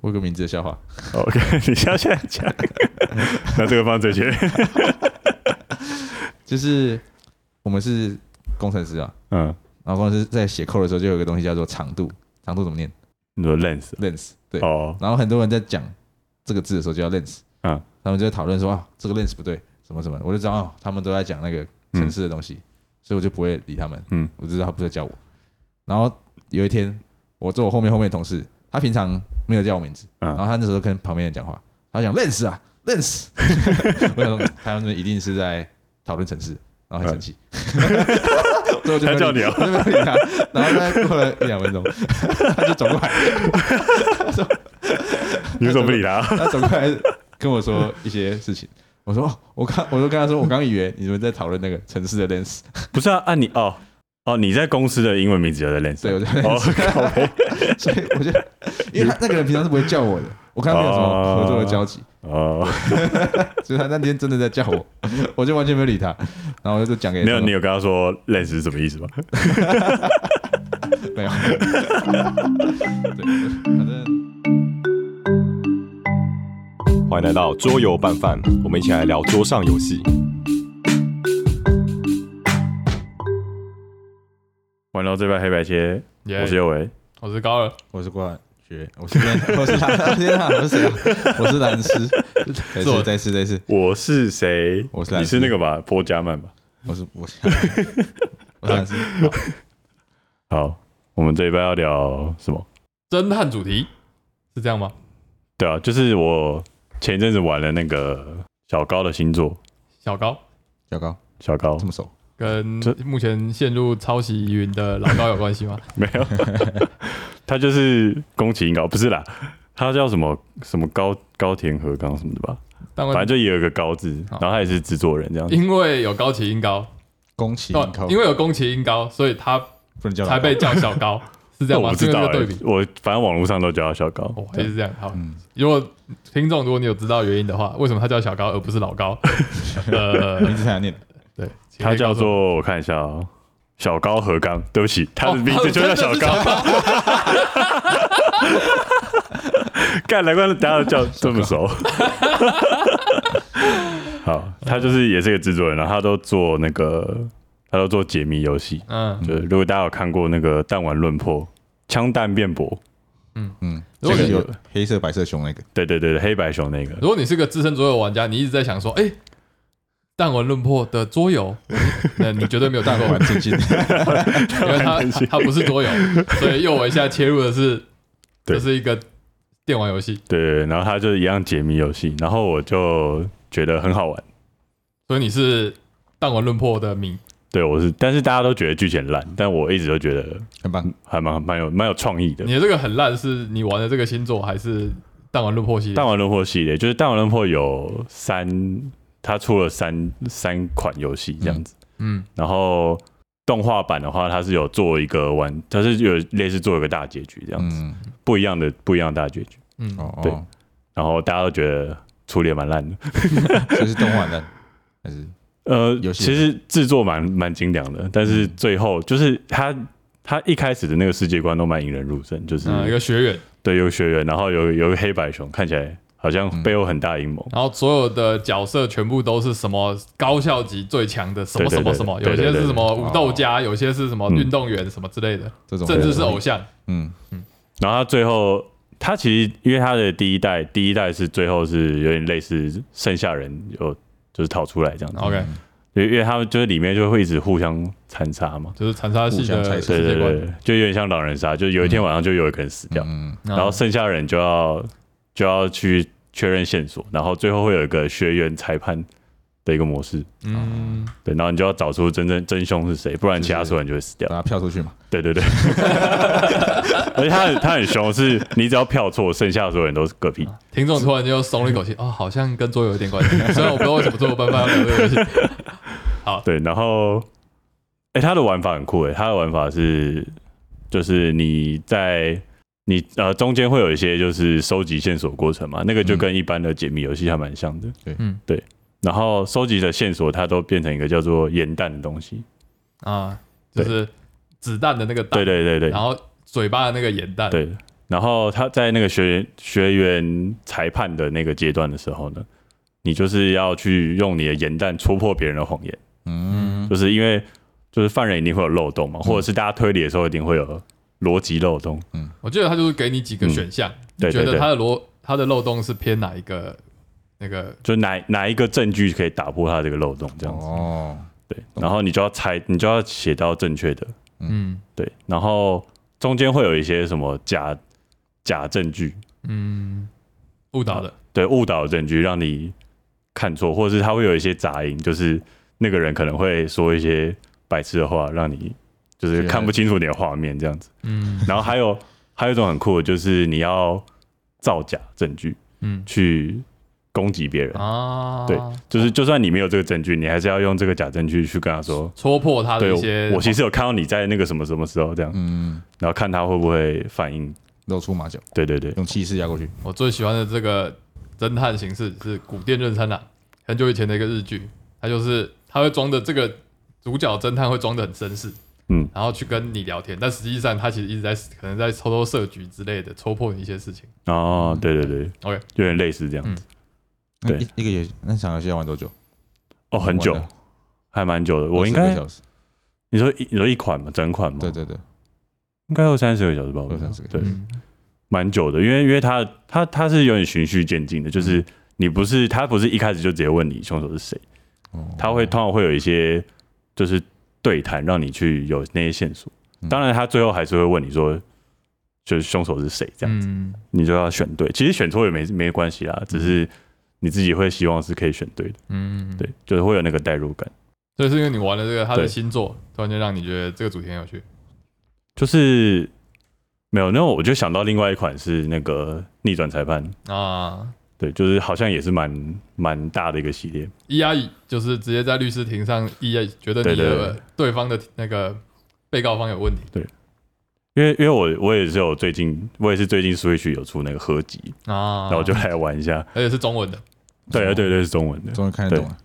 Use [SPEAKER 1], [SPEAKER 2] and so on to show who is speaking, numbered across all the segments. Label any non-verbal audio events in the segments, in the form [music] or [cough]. [SPEAKER 1] 我有个名字的笑话，
[SPEAKER 2] OK，你 [laughs] 现在现在讲，
[SPEAKER 3] 嗯
[SPEAKER 2] 那这个放最
[SPEAKER 3] [laughs]
[SPEAKER 2] 前面。
[SPEAKER 1] 就是我们是工程师啊，
[SPEAKER 2] 嗯，
[SPEAKER 1] 然后工程师在写 code 的时候就有一个东西叫做长度，长度怎么念
[SPEAKER 2] 你说 lens
[SPEAKER 1] ？length，对。
[SPEAKER 2] 哦，
[SPEAKER 1] 然后很多人在讲这个字的时候就叫 lens，
[SPEAKER 2] 嗯，
[SPEAKER 1] 他们就在讨论说啊这个 lens 不对，什么什么，我就知道哦，他们都在讲那个城市的东西，所以我就不会理他们，
[SPEAKER 2] 嗯，
[SPEAKER 1] 我就知道他不是在叫我。然后有一天，我坐我后面后面的同事，他平常没有叫我名字，
[SPEAKER 2] 嗯
[SPEAKER 1] 然后他那时候跟旁边人讲话，他讲 lens 啊 lens，我想说嗯他们一定是在讨论城市，然后很生气。 [laughs] 所以我就没有
[SPEAKER 2] 嗯他叫你
[SPEAKER 1] 理
[SPEAKER 2] 哦
[SPEAKER 1] 我就没有理他，然后大概过了一两分钟，他就走过来，
[SPEAKER 2] 你为什么不
[SPEAKER 3] [laughs]
[SPEAKER 2] 理他？
[SPEAKER 1] 他走过来跟我说一些事情。我说，哦我刚，我就跟他说，我刚以为你们在讨论那个城市的 lens，
[SPEAKER 2] 不是啊，啊你哦哦，你在公司的英文名字叫做 lens，
[SPEAKER 1] 对我在
[SPEAKER 2] 哦
[SPEAKER 3] [laughs]
[SPEAKER 2] 靠北
[SPEAKER 1] [laughs] 所以我就，
[SPEAKER 2] [laughs]
[SPEAKER 1] 因为他那个人平常是不会叫我的，我跟他没有什么合作的交集，
[SPEAKER 2] 哦，
[SPEAKER 1] 所以他那天真的在叫我， [laughs] 我就完全没有理他，然后我就讲给
[SPEAKER 2] 没有
[SPEAKER 1] 他
[SPEAKER 2] 你有跟他说 lens 是什么意思吗？
[SPEAKER 1] 没
[SPEAKER 2] [laughs]
[SPEAKER 1] 有，对，反正
[SPEAKER 3] 欢迎来到桌游拌饭，我们一起来聊桌上游戏。
[SPEAKER 2] 玩到这边黑白切，
[SPEAKER 4] 耶
[SPEAKER 2] 我是右维，
[SPEAKER 4] 我是高二，
[SPEAKER 1] 我是冠学，我是天，我是蓝，天啊，我是谁啊？我是蓝师，再
[SPEAKER 4] 是
[SPEAKER 1] 次
[SPEAKER 4] 我
[SPEAKER 1] 再次再次，
[SPEAKER 2] 我是谁？
[SPEAKER 1] 我是蓝
[SPEAKER 2] 你
[SPEAKER 1] 斯
[SPEAKER 2] 是那个吧？波加曼吧？
[SPEAKER 1] 我是我是我是蓝师，好
[SPEAKER 2] 好，我们这一班要聊什么？
[SPEAKER 4] 侦探主题是这样吗？
[SPEAKER 2] 对啊，就是我前一阵子玩了那个小高的星座，
[SPEAKER 4] 小高
[SPEAKER 1] 小高
[SPEAKER 2] 小高
[SPEAKER 1] 这么熟，
[SPEAKER 4] 跟
[SPEAKER 2] 这
[SPEAKER 4] 目前陷入抄袭云的老高有关系吗？
[SPEAKER 2] [laughs] 没有，他就是宫崎英高，不是啦，他叫什么什么高高田和刚什么的吧，
[SPEAKER 4] 但
[SPEAKER 2] 反正就
[SPEAKER 4] 我
[SPEAKER 2] 也有一个高字，
[SPEAKER 4] 哦好
[SPEAKER 2] 然后他也是制作人这样子。
[SPEAKER 4] 因为有高崎音高，
[SPEAKER 1] 宫崎英
[SPEAKER 4] 哦
[SPEAKER 1] 高，
[SPEAKER 4] 因为有宫崎音高，所以他
[SPEAKER 1] 不能叫
[SPEAKER 4] 才被叫小高，是这
[SPEAKER 2] [laughs]
[SPEAKER 4] 样
[SPEAKER 2] 我
[SPEAKER 4] 吗？
[SPEAKER 2] 不
[SPEAKER 4] 是
[SPEAKER 2] 知
[SPEAKER 4] 因为
[SPEAKER 2] 道、
[SPEAKER 4] 这个
[SPEAKER 2] 欸
[SPEAKER 4] 对比，，
[SPEAKER 2] 我反正网络上都叫他小高。
[SPEAKER 4] 哦，也是这样。好，
[SPEAKER 1] 嗯
[SPEAKER 4] 如果听众如果你有知道原因的话，为什么他叫小高而不是老
[SPEAKER 1] [laughs]
[SPEAKER 4] 高？呃，
[SPEAKER 1] 名字太难念了，
[SPEAKER 4] 对，请可
[SPEAKER 2] 他
[SPEAKER 4] 以告
[SPEAKER 2] 叫
[SPEAKER 4] 诉我
[SPEAKER 2] 做我看一下哦、小高和刚，对不起，他的名字就叫小
[SPEAKER 4] [laughs]
[SPEAKER 2] 高， [laughs]
[SPEAKER 4] 哦他真的是小高
[SPEAKER 2] 干、难怪大家都叫这么熟。好，他就是也是个制作人，然后他都做那个，他都做解谜游戏。
[SPEAKER 4] 嗯，
[SPEAKER 2] 就是如果大家有看过那个《弹丸论破》，枪弹辩驳，
[SPEAKER 1] 嗯，
[SPEAKER 4] 如果
[SPEAKER 1] 这个
[SPEAKER 4] 你
[SPEAKER 1] 有黑色白色熊那个，
[SPEAKER 2] 对对对，黑白熊那个，
[SPEAKER 4] 如果你是个资深桌游玩家，你一直在想说，哎、弹丸论破的
[SPEAKER 2] [laughs]
[SPEAKER 4] 桌游，那你绝对没有
[SPEAKER 1] 大
[SPEAKER 4] 弹
[SPEAKER 1] 过
[SPEAKER 4] 过
[SPEAKER 1] 玩
[SPEAKER 4] 玩，
[SPEAKER 1] 最近，
[SPEAKER 4] 因为它
[SPEAKER 2] 担心
[SPEAKER 4] 它不是桌游，所以右维现在切入的是，
[SPEAKER 2] [laughs] 对
[SPEAKER 4] 这是一个电玩游戏，
[SPEAKER 2] 对对对，然后他就是一样解谜游戏，然后我就觉得很好玩。
[SPEAKER 4] 所以你是弹丸论破的迷，
[SPEAKER 2] 对我是，但是大家都觉得剧情烂，但我一直都觉得
[SPEAKER 1] [laughs] 很棒。
[SPEAKER 2] 还蛮蛮有蛮有创意的。
[SPEAKER 4] 你的这个很烂，是你玩的这个星座还是弹丸论破系列？
[SPEAKER 2] 弹丸论破系列就是弹丸论破有三，它出了三三款游戏这样子，
[SPEAKER 4] 嗯，
[SPEAKER 2] 然后动画版的话，它是有做一个完，它是有类似做一个大结局这样子，
[SPEAKER 1] 嗯，
[SPEAKER 2] 不一样的不一样的大结局。
[SPEAKER 4] 嗯，
[SPEAKER 1] 哦
[SPEAKER 2] 对
[SPEAKER 1] 哦，
[SPEAKER 2] 然后大家都觉得处理得蛮烂的，
[SPEAKER 1] 这是动画的，还是
[SPEAKER 2] 呃，
[SPEAKER 1] 游戏嗯
[SPEAKER 2] 其实制作蛮蛮精良的，但是最后就是它它一开始的那个世界观都蛮引人入胜，就是、
[SPEAKER 1] 啊
[SPEAKER 4] 嗯，一个学员，
[SPEAKER 2] 对有个学员，然后有有个黑白熊，看起来好
[SPEAKER 1] 嗯
[SPEAKER 2] 像背后很大阴谋。
[SPEAKER 4] 然后所有的角色全部都是什么高校级最强的什么
[SPEAKER 2] 对对
[SPEAKER 4] 什么
[SPEAKER 2] 对
[SPEAKER 4] 什么，
[SPEAKER 2] 对
[SPEAKER 4] 有
[SPEAKER 2] 对
[SPEAKER 4] 些
[SPEAKER 2] 对
[SPEAKER 4] 是什么武斗
[SPEAKER 1] 哦
[SPEAKER 4] 家，有些是什么
[SPEAKER 2] 嗯
[SPEAKER 4] 运动员什么之类的，
[SPEAKER 1] 这种？
[SPEAKER 4] 甚至是偶像。
[SPEAKER 1] 嗯，
[SPEAKER 2] 然后他最后，他其实因为他的第一代，第一代是最后是有点类似剩下人有就是逃出来这样子，
[SPEAKER 4] OK，
[SPEAKER 1] 嗯
[SPEAKER 2] 因为因为他们就是里面就会一直互相残杀嘛，
[SPEAKER 4] 就是残杀系
[SPEAKER 1] 互相
[SPEAKER 4] 的
[SPEAKER 1] 猜测
[SPEAKER 2] 对
[SPEAKER 4] 世
[SPEAKER 2] 对
[SPEAKER 4] 界
[SPEAKER 2] 对，
[SPEAKER 4] 观。
[SPEAKER 2] 对就有点像狼人杀，就有一天晚上就有一个人死掉，
[SPEAKER 1] 嗯，
[SPEAKER 4] 然
[SPEAKER 2] 然后剩下人就要就要去确认线索，然后最后会有一个学员裁判的一个模式，
[SPEAKER 4] 嗯，
[SPEAKER 2] 对，然后你就要找出真正真凶是嗯谁，不然其他所有人就会死掉
[SPEAKER 1] 把。它票出去嘛。
[SPEAKER 2] 对对对， [laughs] 而且他很他很凶，是你只要票错，剩下所有人都是嗝屁。
[SPEAKER 4] 听众突然就松了一口气，
[SPEAKER 2] [laughs]
[SPEAKER 4] 哦，好像跟桌游有点关系。虽然我不知道为什么桌游班班要聊这个游戏，
[SPEAKER 2] 对，然后，哎、他的玩法很酷哎，他的玩法是，就是你在你呃中间会有一些就是收集线索过程嘛，那个就
[SPEAKER 1] 嗯
[SPEAKER 2] 跟一般的解谜游戏还蛮像的。
[SPEAKER 1] 对
[SPEAKER 4] 嗯
[SPEAKER 2] 对。然后收集的线索，它都变成一个叫做盐弹的东西。
[SPEAKER 4] 啊，就是子弹的那个
[SPEAKER 2] 对
[SPEAKER 4] 弹，
[SPEAKER 2] 对对对
[SPEAKER 4] 然后嘴巴的那个盐弹，
[SPEAKER 2] 对，然后他在那个学学员裁判的那个阶段的时候呢，你就是要去用你的言弹戳破别人的谎言，
[SPEAKER 1] 嗯
[SPEAKER 2] 就是因为就是犯人一定会有漏洞嘛，或者是大家推理的时候一定会有逻辑漏洞。
[SPEAKER 4] 我记得他就是给你几个选项，你
[SPEAKER 2] 嗯对
[SPEAKER 4] 觉
[SPEAKER 2] 对
[SPEAKER 4] 得
[SPEAKER 2] 对
[SPEAKER 4] 他的逻他的漏洞是偏哪一个那个
[SPEAKER 2] 就哪哪一个证据可以打破他这个漏洞这样子。
[SPEAKER 1] 哦，
[SPEAKER 2] 对，然后你就要猜，你就要写到正确的，
[SPEAKER 4] 嗯
[SPEAKER 2] 对，然后中间会有一些什么假假证据，
[SPEAKER 4] 嗯误导的
[SPEAKER 2] 对，误导的证据让你看错，或者是他会有一些杂音，就是那个人可能会说一些白痴的话，让你就是看不清楚你的画面这样子。
[SPEAKER 4] 嗯
[SPEAKER 2] 然后还有还有一种很酷的，就是你要造假证据
[SPEAKER 4] 嗯
[SPEAKER 2] 去攻击别人，
[SPEAKER 4] 啊
[SPEAKER 2] 对就是就算你没有这个证据，你还是要用这个假证据去跟他说。
[SPEAKER 4] 戳破他的
[SPEAKER 2] 对
[SPEAKER 4] 一些，
[SPEAKER 2] 我，我其实有看到你在那个什么什么时候这样，
[SPEAKER 1] 嗯，
[SPEAKER 2] 然后看他会不会反应。
[SPEAKER 1] 露出马脚，
[SPEAKER 2] 对对对，
[SPEAKER 1] 用气势压过去。
[SPEAKER 4] 我最喜欢的这个侦探形式是《古殿任三郎》，很久以前的一个日剧，他就是他会装的这个主角侦探会装的很绅士，
[SPEAKER 2] 嗯，
[SPEAKER 4] 然后去跟你聊天，但实际上他其实一直在可能在偷偷设局之类的，戳破你一些事情。
[SPEAKER 2] 哦，对对对
[SPEAKER 4] OK
[SPEAKER 2] 有点类似这样子。
[SPEAKER 1] 那
[SPEAKER 2] 对
[SPEAKER 1] 一一个游戏，那场游戏要玩多久？
[SPEAKER 2] 哦，很久
[SPEAKER 1] 玩，了
[SPEAKER 2] 还蛮久的。我应
[SPEAKER 1] 20个
[SPEAKER 2] 该
[SPEAKER 1] 小时。
[SPEAKER 2] 你说一你说一款嘛，整款嘛，
[SPEAKER 1] 对，对对，
[SPEAKER 2] 应该有三十个小时吧，我
[SPEAKER 1] 有
[SPEAKER 2] 觉得
[SPEAKER 1] 30个
[SPEAKER 2] 对，
[SPEAKER 4] 嗯
[SPEAKER 2] 蛮久的。因为因为它它它是有点循序渐进的，就是你不是他不是一开始就直接问你凶手是谁，
[SPEAKER 1] 哦
[SPEAKER 2] 他会通常会有一些就是对谈，让你去有那些线索。
[SPEAKER 4] 嗯
[SPEAKER 2] 当然，他最后还是会问你说，就是凶手是谁这样子，
[SPEAKER 4] 嗯
[SPEAKER 2] 你就要选对。其实选错也没没关系啦，只是你自己会希望是可以选对的，
[SPEAKER 4] 嗯，
[SPEAKER 2] 对，就是会有那个代入感。
[SPEAKER 4] 所以是因为你玩了这个他的
[SPEAKER 2] 对
[SPEAKER 4] 新作，突然间让你觉得这个主题很有趣。
[SPEAKER 2] 就是没有，那我就想到另外一款是那个逆转裁判，
[SPEAKER 4] 啊，
[SPEAKER 2] 对，就是好像也是蛮蛮大的一个系列，
[SPEAKER 4] 一阿乙就是直接在律师庭上一阿乙觉得你
[SPEAKER 2] 对对
[SPEAKER 4] 的对方的那个被告方有问题
[SPEAKER 2] 因为因为我我也是有最近我也是最近 Switch 有出那个合集，
[SPEAKER 4] 啊，
[SPEAKER 2] 然后我就来玩一下，
[SPEAKER 4] 而且是中文的，
[SPEAKER 2] 对对对，是中文的。
[SPEAKER 1] 终于看得懂了。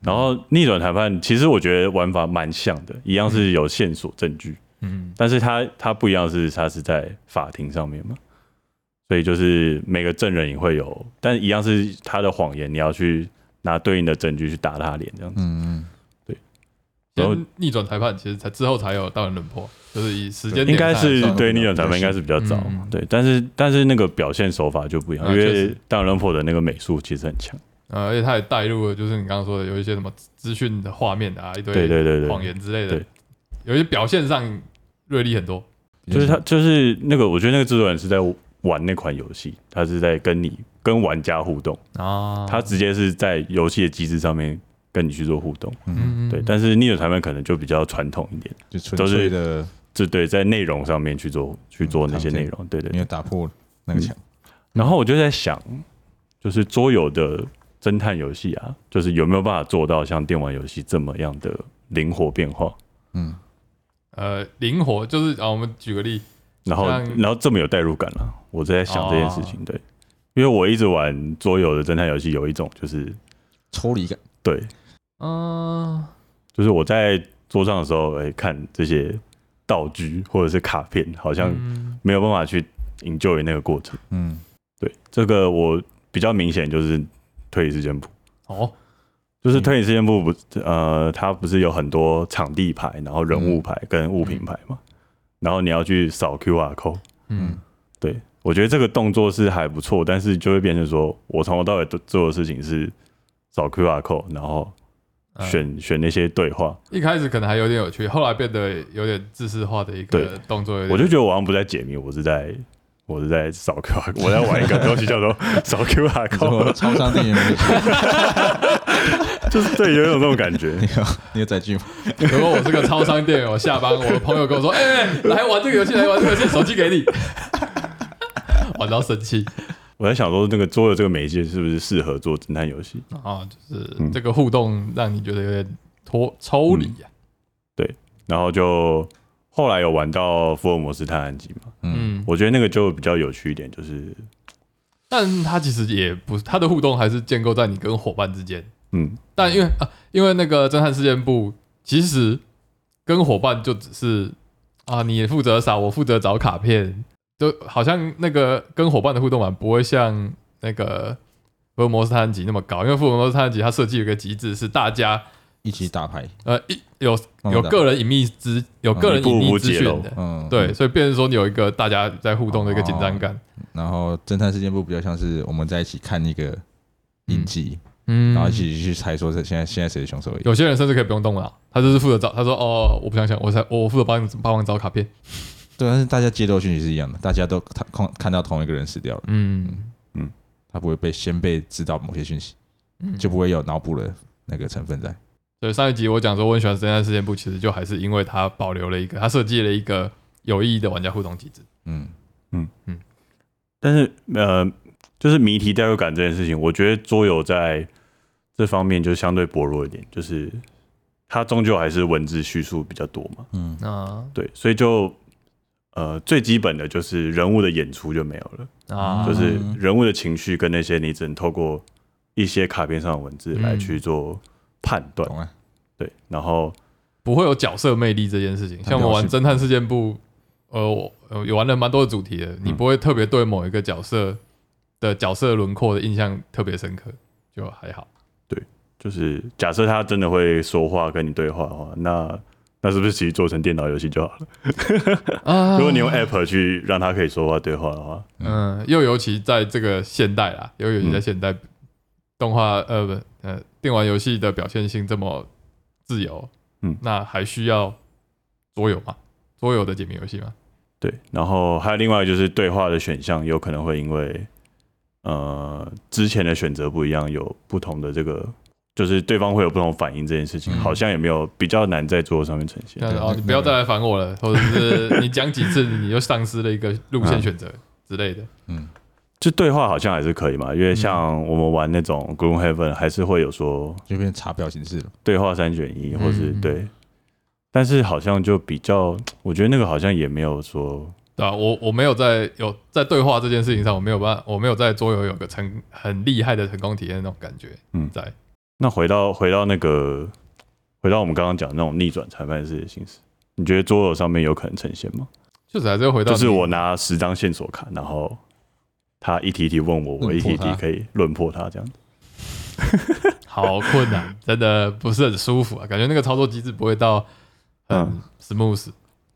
[SPEAKER 2] 然后逆转裁判其实我觉得玩法蛮像的，一样是有线索证据，
[SPEAKER 4] 嗯
[SPEAKER 2] 但是它它不一样是它是在法庭上面嘛，所以就是每个证人也会有，但一样是他的谎言，你要去拿对应的证据去打他脸这样子。
[SPEAKER 1] 嗯，嗯
[SPEAKER 2] 然后
[SPEAKER 4] 先逆转裁判，其实才之后才有道人轮破，就是以时间
[SPEAKER 2] 应
[SPEAKER 4] 点
[SPEAKER 2] 该
[SPEAKER 4] 看来
[SPEAKER 2] 是
[SPEAKER 4] 算
[SPEAKER 2] 对逆转裁判应该是比较早
[SPEAKER 4] 嗯
[SPEAKER 2] 嘛，对，但是但是那个表现手法就不一样，
[SPEAKER 4] 啊
[SPEAKER 2] 因
[SPEAKER 4] 确
[SPEAKER 2] 为
[SPEAKER 4] 实
[SPEAKER 2] 当然破的那个美术其实很强，
[SPEAKER 4] 呃，而且他也带入了，就是你刚刚说的有一些什么资讯的画面啊，一堆
[SPEAKER 2] 对对对
[SPEAKER 4] 谎
[SPEAKER 2] 对，
[SPEAKER 4] 言之类的
[SPEAKER 2] 对，
[SPEAKER 4] 有一些表现上锐利很多。
[SPEAKER 1] 比较
[SPEAKER 2] 就是他
[SPEAKER 1] 像
[SPEAKER 2] 就是那个，我觉得那个制作人是在玩那款游戏，他是在跟你跟玩家互动，
[SPEAKER 4] 啊，
[SPEAKER 2] 他直接是在游戏的机制上面跟你去做互动，
[SPEAKER 1] 嗯，
[SPEAKER 4] 嗯
[SPEAKER 2] 对，但是逆转裁判可能就比较传统一点，
[SPEAKER 1] 就纯
[SPEAKER 2] 都是
[SPEAKER 1] 粹的
[SPEAKER 2] 就对在内容上面去做去做那些内容，对对
[SPEAKER 1] 没有打破那个墙。
[SPEAKER 2] 然后我就在想，就是桌游的侦探游戏啊，就是有没有办法做到像电玩游戏这么样的灵活变化，
[SPEAKER 1] 嗯，
[SPEAKER 4] 呃灵活就是啊，我们举个例，
[SPEAKER 2] 然后
[SPEAKER 4] 像
[SPEAKER 2] 然后这么有代入感啦、我在想这件事情，对，因为我一直玩桌游的侦探游戏，有一种就是
[SPEAKER 1] 抽离感。
[SPEAKER 2] 对，
[SPEAKER 4] 嗯，
[SPEAKER 2] 就是我在桌上的时候，哎、看这些道具或者是卡片，好像
[SPEAKER 4] 嗯
[SPEAKER 2] 没有办法去 enjoy 那个过程。
[SPEAKER 1] 嗯，
[SPEAKER 2] 对，这个我比较明显就是推理事件簿。
[SPEAKER 4] 哦，
[SPEAKER 2] 就是推理事件簿不是呃，它不是有很多场地牌，然后人物牌跟物品牌嘛，然后你要去扫 QR code。
[SPEAKER 4] 嗯
[SPEAKER 2] 对我觉得这个动作是还不错，但是就会变成说我从头到尾都做的事情是扫 QR code，然后
[SPEAKER 4] 呃
[SPEAKER 2] 选、选那些对话，
[SPEAKER 4] 一开始可能还有点有趣，后来变得有点自私化的一个
[SPEAKER 2] 对
[SPEAKER 4] 动作，有点
[SPEAKER 2] 我就觉得我好像不在解谜，我是在我是在扫 QR，code，我在玩一个东西叫做扫 QR
[SPEAKER 1] 你 [laughs] 怎么
[SPEAKER 2] code，
[SPEAKER 1] 超商店员没有去？
[SPEAKER 2] 就是对，有一种这种感觉。
[SPEAKER 1] 你有你有载具吗？
[SPEAKER 4] 如果我是个超商店员，我下班，我的朋友跟我说：“哎、哎来玩这个游戏，来玩这个游戏，手机给你。” [laughs] 玩到生气
[SPEAKER 2] 我在想说，那个桌游这个媒介是不是适合做侦探游戏？
[SPEAKER 4] 啊，就是这个互动让你觉得有点脱抽离啊呀、
[SPEAKER 2] 然后就后来有玩到福尔摩斯探案集嘛，
[SPEAKER 4] 嗯，
[SPEAKER 2] 我觉得那个就比较有趣一点，就是
[SPEAKER 4] 但它其实也不，它的互动还是建构在你跟伙伴之间。
[SPEAKER 2] 嗯，
[SPEAKER 4] 但因为啊，因为那个侦探事件部其实跟伙伴就只是啊，你负责扫，我负责找卡片，就好像那个跟伙伴的互动感不会像那个福尔摩斯探案集那么高，因为福尔摩斯探案集它设计有一个机制是大家
[SPEAKER 1] 一起打牌，
[SPEAKER 4] 呃一有
[SPEAKER 1] 嗯
[SPEAKER 4] 有个人隐秘资
[SPEAKER 1] 啊
[SPEAKER 4] 有个人
[SPEAKER 2] 一步
[SPEAKER 4] 隐秘
[SPEAKER 2] 不
[SPEAKER 4] 资
[SPEAKER 2] 揭
[SPEAKER 4] 讯
[SPEAKER 2] 露
[SPEAKER 4] 的，
[SPEAKER 1] 嗯，哦
[SPEAKER 4] 对，所以变成说你有一个大家在互动的一个紧张感，
[SPEAKER 1] 然后侦探事件簿比较像是我们在一起看一个影集，
[SPEAKER 4] 嗯
[SPEAKER 1] 然后一起去猜说是现在现在谁是凶手而已。
[SPEAKER 4] 有些人甚至可以不用动脑，他就是负责找，他说哦，我不想想，我才我负责帮你帮忙找卡片，
[SPEAKER 1] 对，但是大家接到讯息是一样的，大家都看看看到同一个人死掉了，
[SPEAKER 4] 嗯
[SPEAKER 1] 他不会被先被知道某些讯息，
[SPEAKER 4] 嗯，
[SPEAKER 1] 就不会有脑补的那个成分在。
[SPEAKER 4] 对，上一集我讲说我很喜欢《侦探事件簿》，其实就还是因为它保留了一个，它设计了一个有意义的玩家互动机制。
[SPEAKER 1] 嗯，
[SPEAKER 2] 但是呃，就是谜题代入感这件事情，我觉得桌游在这方面就相对薄弱一点，就是它终究还是文字叙述比较多嘛。
[SPEAKER 1] 嗯，
[SPEAKER 4] 啊
[SPEAKER 2] 对，所以就呃最基本的就是人物的演出就没有了，
[SPEAKER 4] 啊，
[SPEAKER 2] 嗯就是人物的情绪跟那些你只能透过一些卡片上的文字来去做判断。
[SPEAKER 1] 懂啊了。
[SPEAKER 2] 对，然后
[SPEAKER 4] 不会有角色魅力这件事情。像我们玩《侦探事件簿》，呃，我呃也玩了蛮多的主题的，
[SPEAKER 2] 嗯
[SPEAKER 4] 你不会特别对某一个角色的角色轮廓的印象特别深刻，就还好。
[SPEAKER 2] 就是假设他真的会说话跟你对话的话，那那是不是其实做成电脑游戏就好了？[laughs]
[SPEAKER 4] 啊
[SPEAKER 2] 如果你用 App 去让他可以说话对话的话，
[SPEAKER 4] 嗯，又尤其在这个现代啦，又尤其在现
[SPEAKER 2] 嗯
[SPEAKER 4] 代动画呃不呃电玩游戏的表现性这么自由，
[SPEAKER 2] 嗯
[SPEAKER 4] 那还需要桌游吗？桌游的解谜游戏吗？
[SPEAKER 2] 对，然后还有另外就是对话的选项有可能会因为呃之前的选择不一样，有不同的这个，就是对方会有不同反应这件事情，
[SPEAKER 1] 嗯
[SPEAKER 2] 好像也没有比较难在桌上面呈现。
[SPEAKER 4] 那
[SPEAKER 1] 对
[SPEAKER 4] 哦，
[SPEAKER 1] 那
[SPEAKER 4] 你不要再来烦
[SPEAKER 2] [laughs]
[SPEAKER 4] 我了，或者是你讲几次你就丧失了一个路线选择之类的。
[SPEAKER 1] 嗯，
[SPEAKER 2] 就对话好像还是可以嘛，因为像我们玩那种 Gloom Heaven 还是会有说
[SPEAKER 1] 就变成查表形式了。
[SPEAKER 2] 对话三选一，或是
[SPEAKER 4] 嗯嗯
[SPEAKER 2] 对，但是好像就比较，我觉得那个好像也没有说，
[SPEAKER 4] 对啊，我我没有在有在对话这件事情上，我没有办法，我没有在桌游有个成很厉害的成功体验那种感觉。
[SPEAKER 2] 嗯
[SPEAKER 4] 在
[SPEAKER 2] 那回到回到那个回到我们刚刚讲的那种逆转裁判式的形式，你觉得桌游上面有可能呈现吗？
[SPEAKER 4] 就是还是会回到
[SPEAKER 2] 就是
[SPEAKER 4] 你
[SPEAKER 2] 我拿十张线索卡，然后他一题一题问我，我一题一
[SPEAKER 1] 论破
[SPEAKER 2] 题
[SPEAKER 1] 他
[SPEAKER 2] 可以论破他这样。
[SPEAKER 4] 好困难，真的不是很舒服啊，感觉那个操作机制不会到很
[SPEAKER 2] 嗯
[SPEAKER 4] smooth，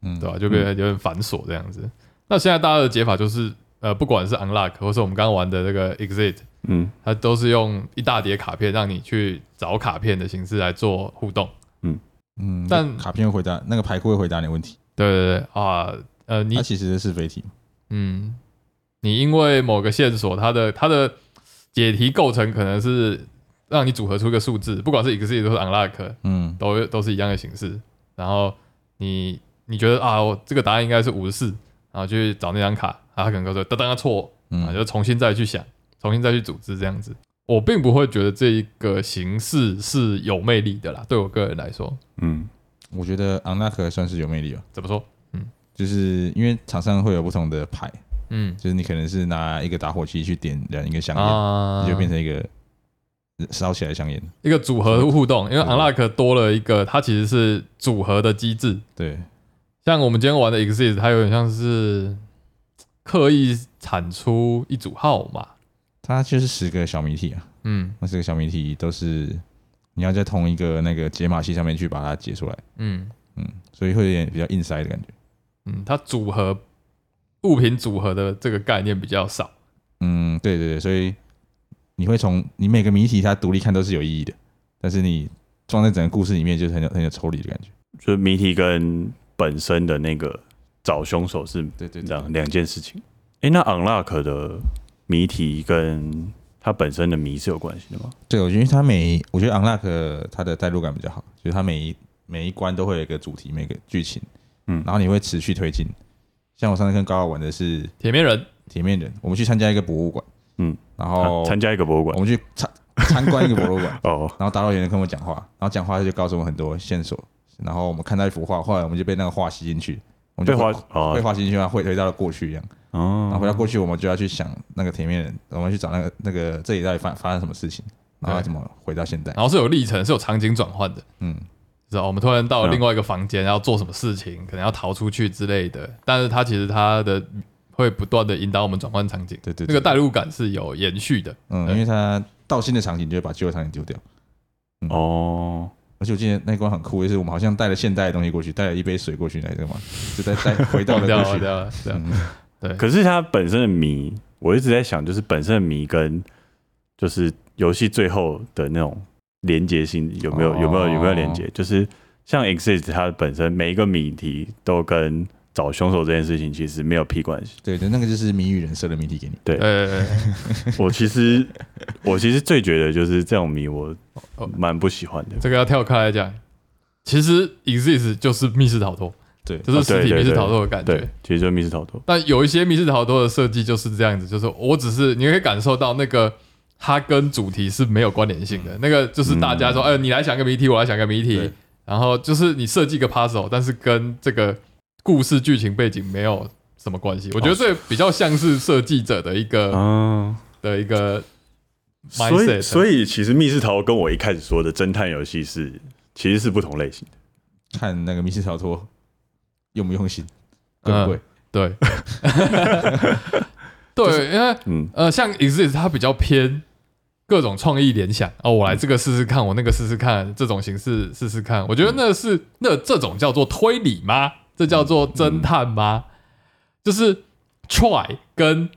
[SPEAKER 1] 嗯，
[SPEAKER 4] 对吧、啊就变得有点繁琐这样子。那现在大家的解法就是，呃，不管是 unlock 或是我们刚刚玩的那个 exit，
[SPEAKER 2] 嗯
[SPEAKER 4] 它都是用一大叠卡片让你去找卡片的形式来做互动。
[SPEAKER 1] 嗯，
[SPEAKER 4] 但
[SPEAKER 1] 卡片会回答那个牌库会回答你的问题，
[SPEAKER 4] 对对对啊，呃，你
[SPEAKER 1] 它其实是非题。
[SPEAKER 4] 嗯，你因为某个线索，它的它的解题构成可能是让你组合出一个数字，不管是 exit 或是 unlock，
[SPEAKER 1] 嗯，
[SPEAKER 4] 都都是一样的形式。然后你你觉得啊，我这个答案应该是五十四，然后去找那张卡，然后他可能告诉你当当然错，
[SPEAKER 1] 嗯
[SPEAKER 4] 啊，就重新再去想，重新再去组织这样子。我并不会觉得这一个形式是有魅力的啦，对我个人来说，
[SPEAKER 2] 嗯
[SPEAKER 1] 我觉得 unlock 算是有魅力吧，哦
[SPEAKER 4] 怎么说？
[SPEAKER 1] 就是因为场上会有不同的牌，
[SPEAKER 4] 嗯
[SPEAKER 1] 就是你可能是拿一个打火机去点燃一个香烟，
[SPEAKER 4] 啊
[SPEAKER 1] 你就变成一个烧起来的香烟。
[SPEAKER 4] 一个组合互动，因为
[SPEAKER 1] 对
[SPEAKER 4] unlock 多了一个，它其实是组合的机制。
[SPEAKER 1] 对，
[SPEAKER 4] 像我们今天玩的 exit，它有点像是刻意产出一组号码，
[SPEAKER 1] 它就是十个小谜题啊，
[SPEAKER 4] 嗯
[SPEAKER 1] 那十个小谜题都是你要在同一个那个解码器上面去把它解出来，
[SPEAKER 4] 嗯。
[SPEAKER 1] 嗯，所以会有点比较硬塞的感觉。
[SPEAKER 4] 嗯，它组合物品组合的这个概念比较少。
[SPEAKER 1] 嗯，对对对，所以你会从你每个谜题它独立看都是有意义的，但是你装在整个故事里面就是很有很有抽离的感觉。
[SPEAKER 2] 就是谜题跟本身的那个找凶手是
[SPEAKER 1] 对对
[SPEAKER 2] 两两件事情。诶，那 unlock 的谜题跟它本身的谜是有关系的吗？
[SPEAKER 1] 对，我觉得它每我觉得 unlock 它的代入感比较好，就是它每一每一关都会有一个主题，每个剧情，
[SPEAKER 2] 嗯
[SPEAKER 1] 然后你会持续推进。像我上次跟高傲玩的是
[SPEAKER 4] 铁面人，
[SPEAKER 1] 铁面人，我们去参加一个博物馆，
[SPEAKER 2] 嗯，
[SPEAKER 1] 然
[SPEAKER 2] 啊
[SPEAKER 1] 后
[SPEAKER 2] 参加一个博物馆
[SPEAKER 1] 我们去参 [laughs] 参观一个博物馆，
[SPEAKER 2] 哦，
[SPEAKER 1] 然后打扰员跟我讲话，然后讲话就告诉我们很多线索，然后我们看到一幅画，后来我们就被那个画吸进去，我们就
[SPEAKER 2] 被花
[SPEAKER 1] 被
[SPEAKER 2] 哦
[SPEAKER 1] 画吸进去，然后回回到了过去一样。然后
[SPEAKER 2] 哦，
[SPEAKER 1] 回到过去，我们就要去想那个铁面人，我们去找那个那个这里到底发发生什么事情，然后要
[SPEAKER 4] 对
[SPEAKER 1] 怎么回到现代。
[SPEAKER 4] 然后是有历程，是有场景转换的。
[SPEAKER 1] 嗯，
[SPEAKER 4] 是哦吧？我们突然到了另外一个房间，要做什么事情，可能要逃出去之类的。但是它其实它的会不断的引导我们转换场景，
[SPEAKER 1] 对对对
[SPEAKER 4] 那个代入感是有延续的。
[SPEAKER 1] 嗯，因为它到新的场景就会把旧的场景丢掉。
[SPEAKER 2] 哦，
[SPEAKER 1] 而且我记得那一关很酷，就是我们好像带了现代的东西过去，带了一杯水过去，来干嘛？ [laughs] 就再带回到
[SPEAKER 4] 忘
[SPEAKER 1] 了
[SPEAKER 4] 掉
[SPEAKER 1] 过
[SPEAKER 4] 了，忘
[SPEAKER 1] 去。
[SPEAKER 4] 掉了，对
[SPEAKER 1] 嗯
[SPEAKER 4] 啊，
[SPEAKER 2] 可是它本身的谜，我一直在想，就是本身的谜跟就是游戏最后的那种连接性有没有、有没有有没有连接？就是像 exist 它本身每一个谜题都跟找凶手这件事情其实没有屁关系。
[SPEAKER 1] 对对，那个就是谜语人设的谜题给你。
[SPEAKER 4] 呃，
[SPEAKER 2] [laughs] 我其实我其实最觉得就是这种谜我
[SPEAKER 4] 哦
[SPEAKER 2] 蛮不喜欢的。
[SPEAKER 4] 这个要跳开来讲，其实 exist 就是密室逃脱，
[SPEAKER 1] 哦对
[SPEAKER 4] 就是实体密室逃脱的感
[SPEAKER 2] 对
[SPEAKER 4] 觉。，
[SPEAKER 2] 其实就是密室逃脱。
[SPEAKER 4] 但有一些密室逃脱的设计就是这样子，就是我只是你可以感受到那个它跟主题是没有关联性的，那个就是大家说，哎，你来想个谜题，我来想个谜题
[SPEAKER 1] 对，
[SPEAKER 4] 然后就是你设计个 puzzle，但是跟这个故事剧情背景没有什么关系。我觉得这比较像是设计者的一个
[SPEAKER 2] 嗯，
[SPEAKER 4] 的一个
[SPEAKER 2] 所
[SPEAKER 4] 呃 mindset
[SPEAKER 2] 以所以其实密室逃脱跟我一开始说的侦探游戏是其实是不同类型的。
[SPEAKER 1] 看那个密室逃脱用不用心，贵不
[SPEAKER 4] 啊
[SPEAKER 1] 贵？
[SPEAKER 4] 对， [laughs] 对， [laughs] 因为
[SPEAKER 2] 嗯，
[SPEAKER 4] 呃，像 exist 它比较偏各种创意联想哦，我来这个试试看，我那个试试看，这种形式试试看。我觉得
[SPEAKER 2] 嗯
[SPEAKER 4] 那是那这种叫做推理吗？这叫
[SPEAKER 2] 嗯
[SPEAKER 4] 做侦探吗？就是 try 跟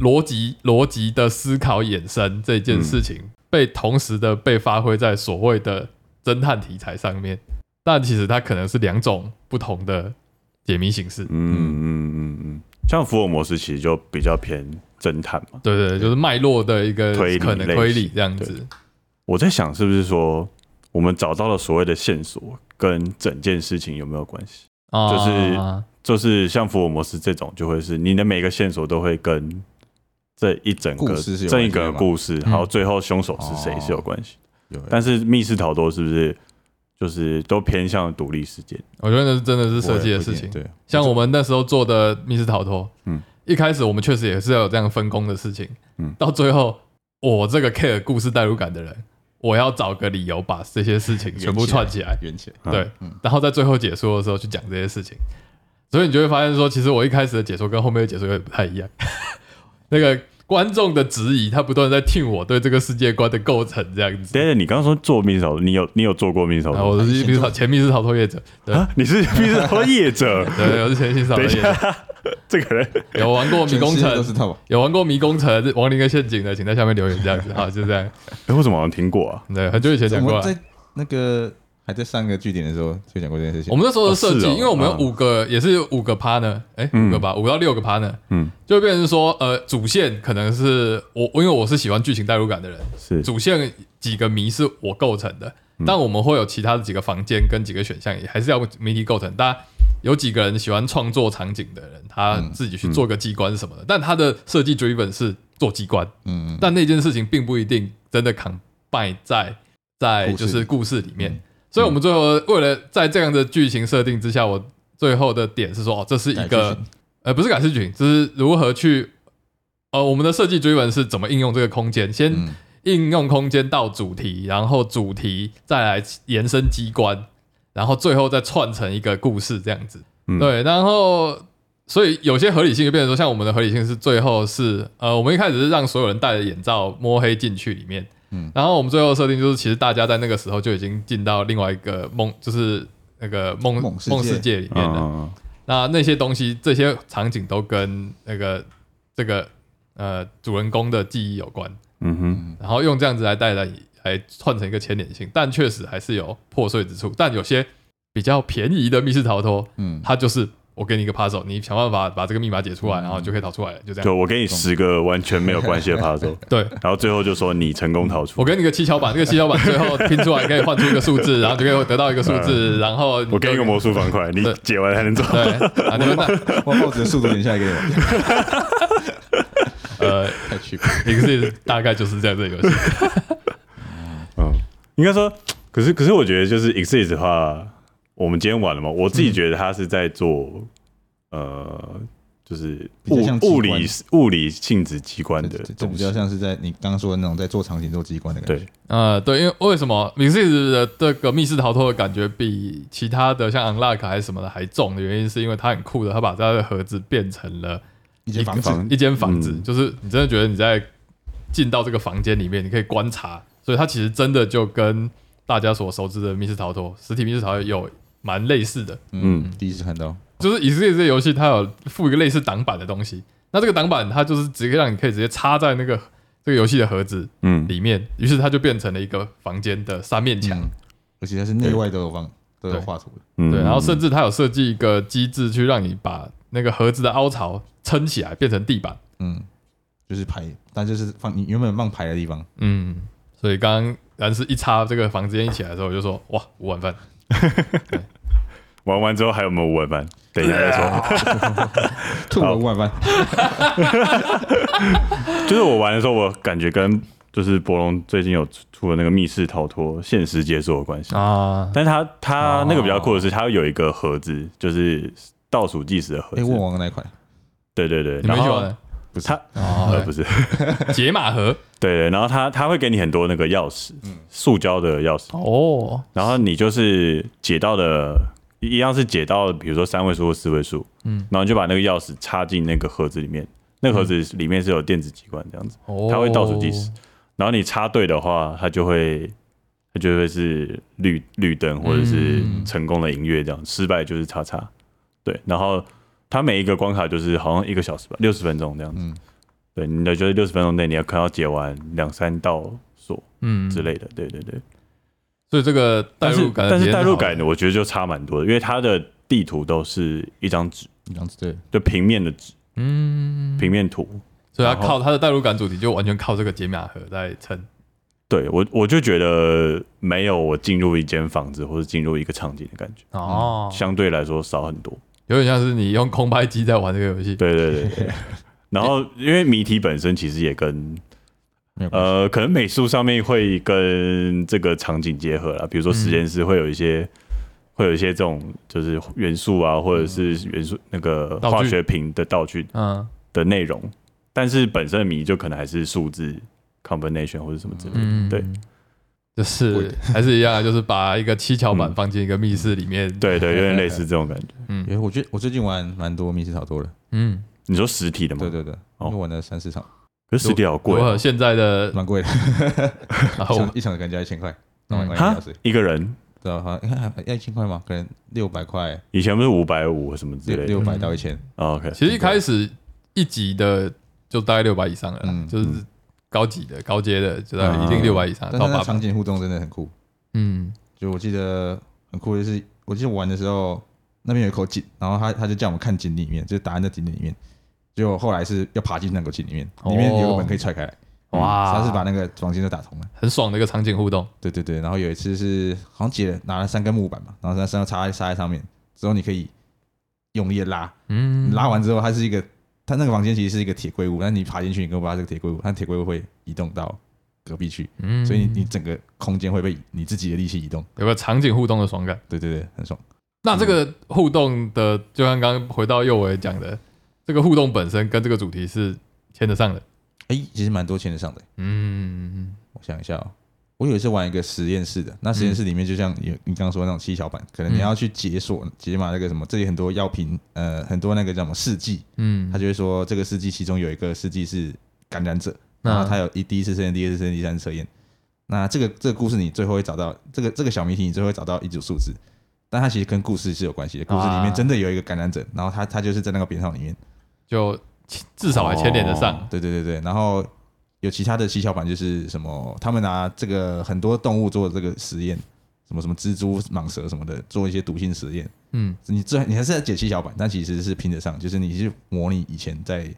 [SPEAKER 4] 逻辑逻辑的思考衍生这件事
[SPEAKER 2] 嗯
[SPEAKER 4] 情被同时的被发挥在所谓的侦探题材上面，但其实它可能是两种不同的解谜形式。
[SPEAKER 2] 嗯嗯嗯嗯，像福尔摩斯其实就比较偏侦探嘛。
[SPEAKER 4] 对对，对就是脉络的一个
[SPEAKER 2] 推理
[SPEAKER 4] 可能
[SPEAKER 2] 类
[SPEAKER 4] 推
[SPEAKER 2] 型
[SPEAKER 4] 理这样子。
[SPEAKER 2] 我在想是不是说我们找到了所谓的线索跟整件事情有没有关系？
[SPEAKER 4] 啊
[SPEAKER 2] 就是就是像福尔摩斯这种，就会是你的每个线索都会跟这一整
[SPEAKER 1] 故
[SPEAKER 2] 个
[SPEAKER 1] 事是有
[SPEAKER 2] 这
[SPEAKER 1] 关系
[SPEAKER 2] 一
[SPEAKER 1] 的
[SPEAKER 2] 个
[SPEAKER 1] 吗
[SPEAKER 2] 故事，还有
[SPEAKER 4] 嗯
[SPEAKER 2] 最后凶手是谁是有关系。
[SPEAKER 1] 有欸
[SPEAKER 2] 但是密室逃脱是不是就是都偏向独立事件？
[SPEAKER 1] 嗯
[SPEAKER 4] 我觉得那是真的是设计的
[SPEAKER 1] 不一
[SPEAKER 4] 事
[SPEAKER 1] 定
[SPEAKER 4] 情。
[SPEAKER 1] 对，
[SPEAKER 4] 像我们那时候做的密室逃脱，嗯
[SPEAKER 2] 嗯，
[SPEAKER 4] 一开始我们确实也是要有这样分工的事情，嗯
[SPEAKER 2] 嗯，
[SPEAKER 4] 到最后我这个 care 故事代入感的人，我要找个理由把这些事情全部串起来，
[SPEAKER 1] 圆起来。
[SPEAKER 2] 嗯
[SPEAKER 4] 对，然后在最后解说的时候去讲这些事情，所以你就会发现说，其实我一开始的解说跟后面的解说有点不太一样。 [laughs] 那个观众的质疑，他不断地在听我对这个世界观的构成这样子。
[SPEAKER 2] 但是你刚刚说做密室逃脱，你有你有做过密室逃
[SPEAKER 4] 然
[SPEAKER 1] 啊
[SPEAKER 4] 后
[SPEAKER 2] 脱？
[SPEAKER 4] 我是密室逃前密室逃脱业者，对
[SPEAKER 2] 啊，你是密室逃脱业者，
[SPEAKER 4] 对，我是前密室逃脱
[SPEAKER 2] 等一
[SPEAKER 4] 业者，
[SPEAKER 2] 下，这
[SPEAKER 1] [laughs]
[SPEAKER 2] 个人
[SPEAKER 4] [laughs] 有玩过迷宫
[SPEAKER 1] 全世界都知
[SPEAKER 4] 城，
[SPEAKER 1] 道吧？
[SPEAKER 4] 有玩过迷宫城、亡灵跟陷阱的，请在下面留言这样子啊，就这
[SPEAKER 1] [laughs]
[SPEAKER 4] 样。
[SPEAKER 2] 哎，为什么好像听过啊？
[SPEAKER 4] 对，很久以前
[SPEAKER 1] 我
[SPEAKER 4] 讲过
[SPEAKER 1] 们
[SPEAKER 4] 了。
[SPEAKER 1] 在那个还在上个据点的时候就讲过这件事情。
[SPEAKER 4] 我们那时候的设
[SPEAKER 2] 哦是
[SPEAKER 4] 计，
[SPEAKER 2] 哦
[SPEAKER 4] 因为我们
[SPEAKER 1] 啊
[SPEAKER 4] 有
[SPEAKER 2] 嗯
[SPEAKER 4] 五个也是有五个 partner，哎，
[SPEAKER 1] 嗯
[SPEAKER 4] 五个吧，五到六个 partner，
[SPEAKER 2] 嗯，
[SPEAKER 4] 就会变成说，呃，主线可能是我，因为我是喜欢剧情代入感的人，
[SPEAKER 2] 是
[SPEAKER 4] 主线几个谜是我构成的，
[SPEAKER 1] 嗯
[SPEAKER 4] 但我们会有其他的几个房间跟几个选项，也还是要谜题构成。但有几个人喜欢创作场景的人，他
[SPEAKER 1] 嗯
[SPEAKER 4] 自己去做个机关什么的，但他的设计追本是做机关，
[SPEAKER 1] 嗯，嗯
[SPEAKER 4] 但那件事情并不一定真的 combine 在在
[SPEAKER 1] 故事嗯
[SPEAKER 4] 就是故事里面。所以我们最后为了在这样的剧情设定之下，我最后的点是说，哦，这是一
[SPEAKER 1] 改剧
[SPEAKER 4] 个
[SPEAKER 1] 情
[SPEAKER 4] 呃，不是改视群，就是如何去呃，我们的设计追本是怎么应用这个空间，先
[SPEAKER 1] 嗯
[SPEAKER 4] 应用空间到主题，然后主题再来延伸机关，然后最后再串成一个故事这样子。
[SPEAKER 2] 嗯
[SPEAKER 4] 对，然后所以有些合理性就变成说，像我们的合理性是最后是呃，我们一开始是让所有人戴着眼罩摸黑进去里面，嗯
[SPEAKER 1] 嗯，
[SPEAKER 4] 然后我们最后的设定就是，其实大家在那个时候就已经进到另外一个梦，就是那个梦
[SPEAKER 1] 梦世界
[SPEAKER 4] 梦世界里面了。
[SPEAKER 2] 嗯
[SPEAKER 4] 那那些东西、这些场景都跟那个这个呃主人公的记忆有关，
[SPEAKER 2] 嗯哼，
[SPEAKER 4] 然后用这样子来带来来串成一个牵连性，但确实还是有破碎之处。但有些比较便宜的密室逃脱，
[SPEAKER 1] 嗯，
[SPEAKER 4] 它就是我给你一个 puzzle，你想办法把这个密码解出
[SPEAKER 2] 嗯
[SPEAKER 4] 来，然后就可以逃出来了，就这样。
[SPEAKER 2] 就我给你十个完全没有
[SPEAKER 1] [laughs]
[SPEAKER 2] 关系的 puzzle，
[SPEAKER 4] 对，
[SPEAKER 2] 然后最后就说你成功逃出。
[SPEAKER 4] 我给你个七巧板，这个七巧板最后拼出来可以换出一个数
[SPEAKER 2] [laughs]
[SPEAKER 4] 字，然后就可以得到一个数字，然后
[SPEAKER 2] 嗯我给你个魔
[SPEAKER 4] 模
[SPEAKER 2] 术方块，你
[SPEAKER 4] 对
[SPEAKER 2] 解完才能走。
[SPEAKER 4] 对，啊，你们那
[SPEAKER 1] 我把报纸的速度点下 [laughs] 来给你，
[SPEAKER 4] [laughs] 呃
[SPEAKER 1] 太 cheap。
[SPEAKER 4] ，exit 大概就是这样的游戏。
[SPEAKER 2] 嗯，应该说，可是可是我觉得就是 exist 的话，我们今天玩了嘛，我自己觉得他是在做、呃，就是
[SPEAKER 1] 比
[SPEAKER 2] 物
[SPEAKER 1] 较像机关
[SPEAKER 2] 物理物理性质机关的
[SPEAKER 1] 这这
[SPEAKER 2] 东
[SPEAKER 1] 比
[SPEAKER 2] 西
[SPEAKER 1] 较。像是在你刚刚说的那种在做场景做机关的感觉。
[SPEAKER 2] 对，
[SPEAKER 4] 呃，对，因为为什么 m i x i 的这个密室逃脱的感觉比其他的像 Unlock 还是什么的还重的原因，是因为它很酷的，它把它的盒子变成了
[SPEAKER 1] 一
[SPEAKER 4] 一
[SPEAKER 1] 间
[SPEAKER 4] 个
[SPEAKER 1] 房
[SPEAKER 4] 房
[SPEAKER 1] 子，
[SPEAKER 4] 一间房子，
[SPEAKER 2] 嗯
[SPEAKER 4] 就是你真的觉得你在进到这个房间里面，你可以观察，所以它其实真的就跟大家所熟知的密室逃脱、实体密室逃脱有蛮类似的，
[SPEAKER 1] 嗯，第一次看到，
[SPEAKER 4] 就是以色列这个游戏它有附一个类似挡板的东西，那这个挡板它就是直接让你可以直接插在那个这个游戏的盒子
[SPEAKER 2] 嗯，
[SPEAKER 4] 里面，于是它就变成了一个房间的三面墙。
[SPEAKER 1] 嗯，而且它是内外都有放都有
[SPEAKER 4] 对
[SPEAKER 1] 画图的，
[SPEAKER 2] 嗯
[SPEAKER 4] 对，然后甚至它有设计一个机制去让你把那个盒子的凹槽撑起来，变成地板。
[SPEAKER 1] 嗯，就是牌，但就是放你原本放牌的地方，
[SPEAKER 4] 嗯，所以刚刚然是一插这个房之间一起来的时候，我就说哇，五碗饭，
[SPEAKER 2] 玩完之后还有没有玩完？等一下再
[SPEAKER 4] [laughs] 啊
[SPEAKER 2] 说。
[SPEAKER 1] 吐了五碗饭，
[SPEAKER 2] 就是我玩的时候，我感觉跟就是博龙最近有出的那个密室逃脱现实解锁有关系
[SPEAKER 4] 啊，
[SPEAKER 2] 但是它它
[SPEAKER 1] 哦
[SPEAKER 2] 那个比较酷的是，它有一个盒子，就是倒数计时的盒
[SPEAKER 1] 哎，问
[SPEAKER 2] 子。
[SPEAKER 1] 我那一块，
[SPEAKER 2] 对对对，
[SPEAKER 4] 你们
[SPEAKER 2] 然
[SPEAKER 4] 一起
[SPEAKER 2] 后
[SPEAKER 4] 玩的
[SPEAKER 1] 不是
[SPEAKER 2] 它呃
[SPEAKER 4] 哦
[SPEAKER 2] 不，是，
[SPEAKER 4] 解码盒
[SPEAKER 2] 对对，然后它它会给你很多那个钥匙，塑胶的钥匙，
[SPEAKER 4] 嗯哦，
[SPEAKER 2] 然后你就是解到的一样是解到，比如说三位数或四位数，
[SPEAKER 4] 嗯，
[SPEAKER 2] 然后你就把那个钥匙插进那个盒子里面，那个盒子里面是有电子机关这样子，
[SPEAKER 4] 哦
[SPEAKER 2] 它会倒数计时，然后你插对的话，它就会它就会是绿绿灯或者是
[SPEAKER 4] 嗯
[SPEAKER 2] 成功的音乐这样，失败就是叉叉，对，然后它每一个关卡就是好像一个小时吧，六十分钟这样子，
[SPEAKER 1] 嗯
[SPEAKER 2] 对，你的就是六十分钟内你要看要解完两三道锁
[SPEAKER 4] 嗯
[SPEAKER 2] 之，类的，对对对。
[SPEAKER 4] 所以这个代
[SPEAKER 2] 但
[SPEAKER 4] 入
[SPEAKER 2] 是
[SPEAKER 4] 感，
[SPEAKER 2] 但是代入感，我觉得就差蛮多的，因为它的地图都是一张纸，
[SPEAKER 1] 这样子对，
[SPEAKER 2] 就平面的纸，
[SPEAKER 4] 嗯，
[SPEAKER 2] 平面图。
[SPEAKER 4] 所以它
[SPEAKER 2] 然后
[SPEAKER 4] 靠它的代入感主题就完全靠这个解码盒在撑，
[SPEAKER 2] 对我，我就觉得没有我进入一间房子或者进入一个场景的感觉，
[SPEAKER 4] 哦，
[SPEAKER 2] 相对来说少很多。
[SPEAKER 4] 有点像是你用空拍机在玩这个游戏，
[SPEAKER 2] 对对对
[SPEAKER 4] [laughs]
[SPEAKER 2] 对。然后，因为谜题本身其实也跟
[SPEAKER 1] 没有关系，
[SPEAKER 2] 呃，可能美术上面会跟这个场景结合啦，比如说实验室会有一
[SPEAKER 4] 嗯
[SPEAKER 2] 些、会有一些这种就是元素啊，或者是元素那个
[SPEAKER 4] 嗯道具
[SPEAKER 2] 化学品的道具
[SPEAKER 4] 嗯
[SPEAKER 2] 的内容，但是本身的谜就可能还是数字 combination 或者什么之类的。
[SPEAKER 4] 嗯，
[SPEAKER 2] 对。
[SPEAKER 4] 就是还是一样啊，就是把一个七巧板放进一个密室里
[SPEAKER 1] 嗯
[SPEAKER 4] 面。，
[SPEAKER 2] 对对，有点类似这种感
[SPEAKER 4] [laughs]
[SPEAKER 2] 觉。
[SPEAKER 1] 因为我觉得我最近玩蛮多密室逃脱的，
[SPEAKER 4] 嗯，
[SPEAKER 2] 你说实体的吗？
[SPEAKER 1] 对对对，
[SPEAKER 2] 哦
[SPEAKER 1] 因为玩了三四场，
[SPEAKER 2] 可是实体好
[SPEAKER 4] 如
[SPEAKER 1] 啊
[SPEAKER 2] 贵哦、
[SPEAKER 4] 何现在的
[SPEAKER 1] 蛮贵的，
[SPEAKER 4] 然
[SPEAKER 1] [laughs] 一
[SPEAKER 4] 后
[SPEAKER 1] 场一场可能加一千块，那玩
[SPEAKER 4] 哦嗯
[SPEAKER 1] 玩一个
[SPEAKER 2] 哈
[SPEAKER 1] 小时，，
[SPEAKER 2] 一个人
[SPEAKER 1] 对吧？好像哎还要一千块吗？可能六百块，
[SPEAKER 2] 以前不是五百五什么之
[SPEAKER 1] 六
[SPEAKER 2] 类的
[SPEAKER 1] 六百到一千，
[SPEAKER 2] 哦？OK，
[SPEAKER 4] 其实一开始一级的就大概六百以上了啦，
[SPEAKER 1] 嗯
[SPEAKER 4] 就是高级的、高阶的就大概一定
[SPEAKER 2] 嗯
[SPEAKER 4] 六百以上
[SPEAKER 1] 但是
[SPEAKER 4] 到
[SPEAKER 1] 那
[SPEAKER 4] 八
[SPEAKER 1] 场
[SPEAKER 4] 百。
[SPEAKER 1] 景互动真的很酷，
[SPEAKER 4] 嗯，
[SPEAKER 1] 就我记得很酷，就是我记得我玩的时候，那边有一口井，然后他他就叫我们看井里面，就是答案在井里面。结果后来是要爬进那口井里面，
[SPEAKER 4] 哦
[SPEAKER 1] 里面有个门可以踹开来，
[SPEAKER 4] 哇，
[SPEAKER 1] 他是把那个房间都打通了。
[SPEAKER 4] 很爽的一个场景互动。
[SPEAKER 1] 对对对，然后有一次是好像姐拿了三根木板嘛，然后三三要插在插在上面，之后你可以用力的拉，
[SPEAKER 4] 嗯，
[SPEAKER 1] 拉完之后它是一个，它那个房间其实是一个铁龟屋，但你爬进去，你根本不知道这个铁龟屋，它铁龟屋会移动到隔壁去，
[SPEAKER 4] 嗯
[SPEAKER 1] 所以你你整个空间会被你自己的力气移动。
[SPEAKER 4] 有个场景互动的爽感。
[SPEAKER 1] 对对对，很爽。
[SPEAKER 4] 那这个互动的，就像刚刚回到右维讲的，这个互动本身跟这个主题是牵得上的。
[SPEAKER 1] 哎、其实蛮多牵得上的。
[SPEAKER 4] 嗯，
[SPEAKER 1] 我想一下哦，我有一次玩一个实验室的，那实验室里面就像有你刚刚说的那种七巧板，可能
[SPEAKER 4] 嗯
[SPEAKER 1] 你要去解锁解码那个什么，这里很多药品，呃，很多那个叫什么试剂，
[SPEAKER 4] 嗯
[SPEAKER 1] 他就会说这个试剂其中有一个试剂是感染者，
[SPEAKER 4] 那
[SPEAKER 1] 然后他有一第一次测验、第二次测验、第三次测验。那这个这个故事你最后会找到这个这个小谜题，你最后会找到一组数字，但它其实跟故事是有关系的。故事里
[SPEAKER 4] 啊
[SPEAKER 1] 面真的有一个感染者，然后他他就是在那个扁桃里面。
[SPEAKER 4] 就至少还牵连得
[SPEAKER 2] 哦
[SPEAKER 4] 上。
[SPEAKER 1] 对对对对，然后有其他的七巧板，就是什么，他们拿这个很多动物做这个实验，什么什么蜘蛛、蟒蛇什么的，做一些毒性实验。
[SPEAKER 4] 嗯，
[SPEAKER 1] 你最你还是在解七巧板，但其实是拼得上，就是你去模拟以前在